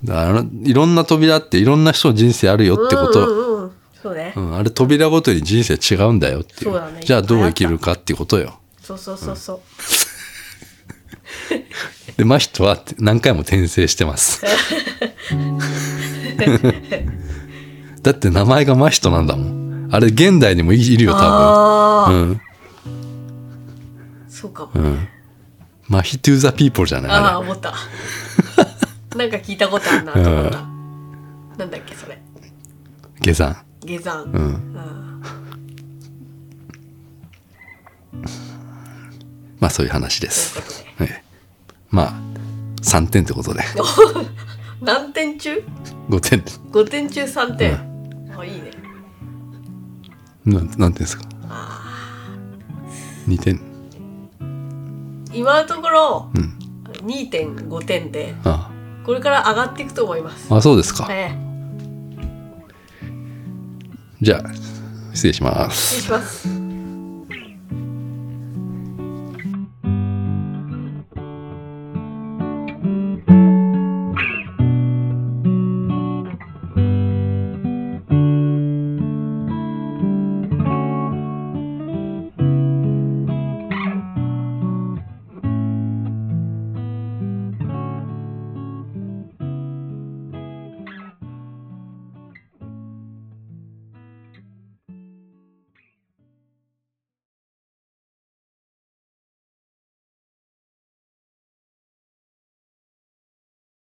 [SPEAKER 2] だからあのいろんな扉っていろんな人の人生あるよってことよ。
[SPEAKER 3] うんうんうん。そうね
[SPEAKER 2] う。ん、あれ扉ごとに人生違うんだよっていう
[SPEAKER 3] そうだね
[SPEAKER 2] じゃあどう生きるかってことよ。
[SPEAKER 3] そうそうそうそう。
[SPEAKER 2] で、真人は何回も転生し てます。だって名前が真人なんだもん。あれ現代にもいるよ、多
[SPEAKER 3] ああ、
[SPEAKER 2] 分。うん。
[SPEAKER 3] そうかも。
[SPEAKER 2] うん。マヒトゥーザピーポルじゃない
[SPEAKER 3] ああ、
[SPEAKER 2] あ
[SPEAKER 3] 思った。 なんか聞いたことあるなと思った。なんだっけ、それ。
[SPEAKER 2] れ。下山。
[SPEAKER 3] 下山。
[SPEAKER 2] うん。
[SPEAKER 3] あ
[SPEAKER 2] まあそういう話で
[SPEAKER 3] あ
[SPEAKER 2] す
[SPEAKER 3] という。ことで。
[SPEAKER 2] ええまあ、3点ってことで。
[SPEAKER 3] 何点中
[SPEAKER 2] 5点。
[SPEAKER 3] ?5 点中3点。あ、いいね。
[SPEAKER 2] なんなんていうんですか。2点。
[SPEAKER 3] 今のところ、
[SPEAKER 2] うん。
[SPEAKER 3] 2.5点で、
[SPEAKER 2] あ
[SPEAKER 3] これから上がっていくと思います。
[SPEAKER 2] あ、あそうですか。
[SPEAKER 3] ええ、
[SPEAKER 2] じゃあ、失礼します。
[SPEAKER 3] 失礼します。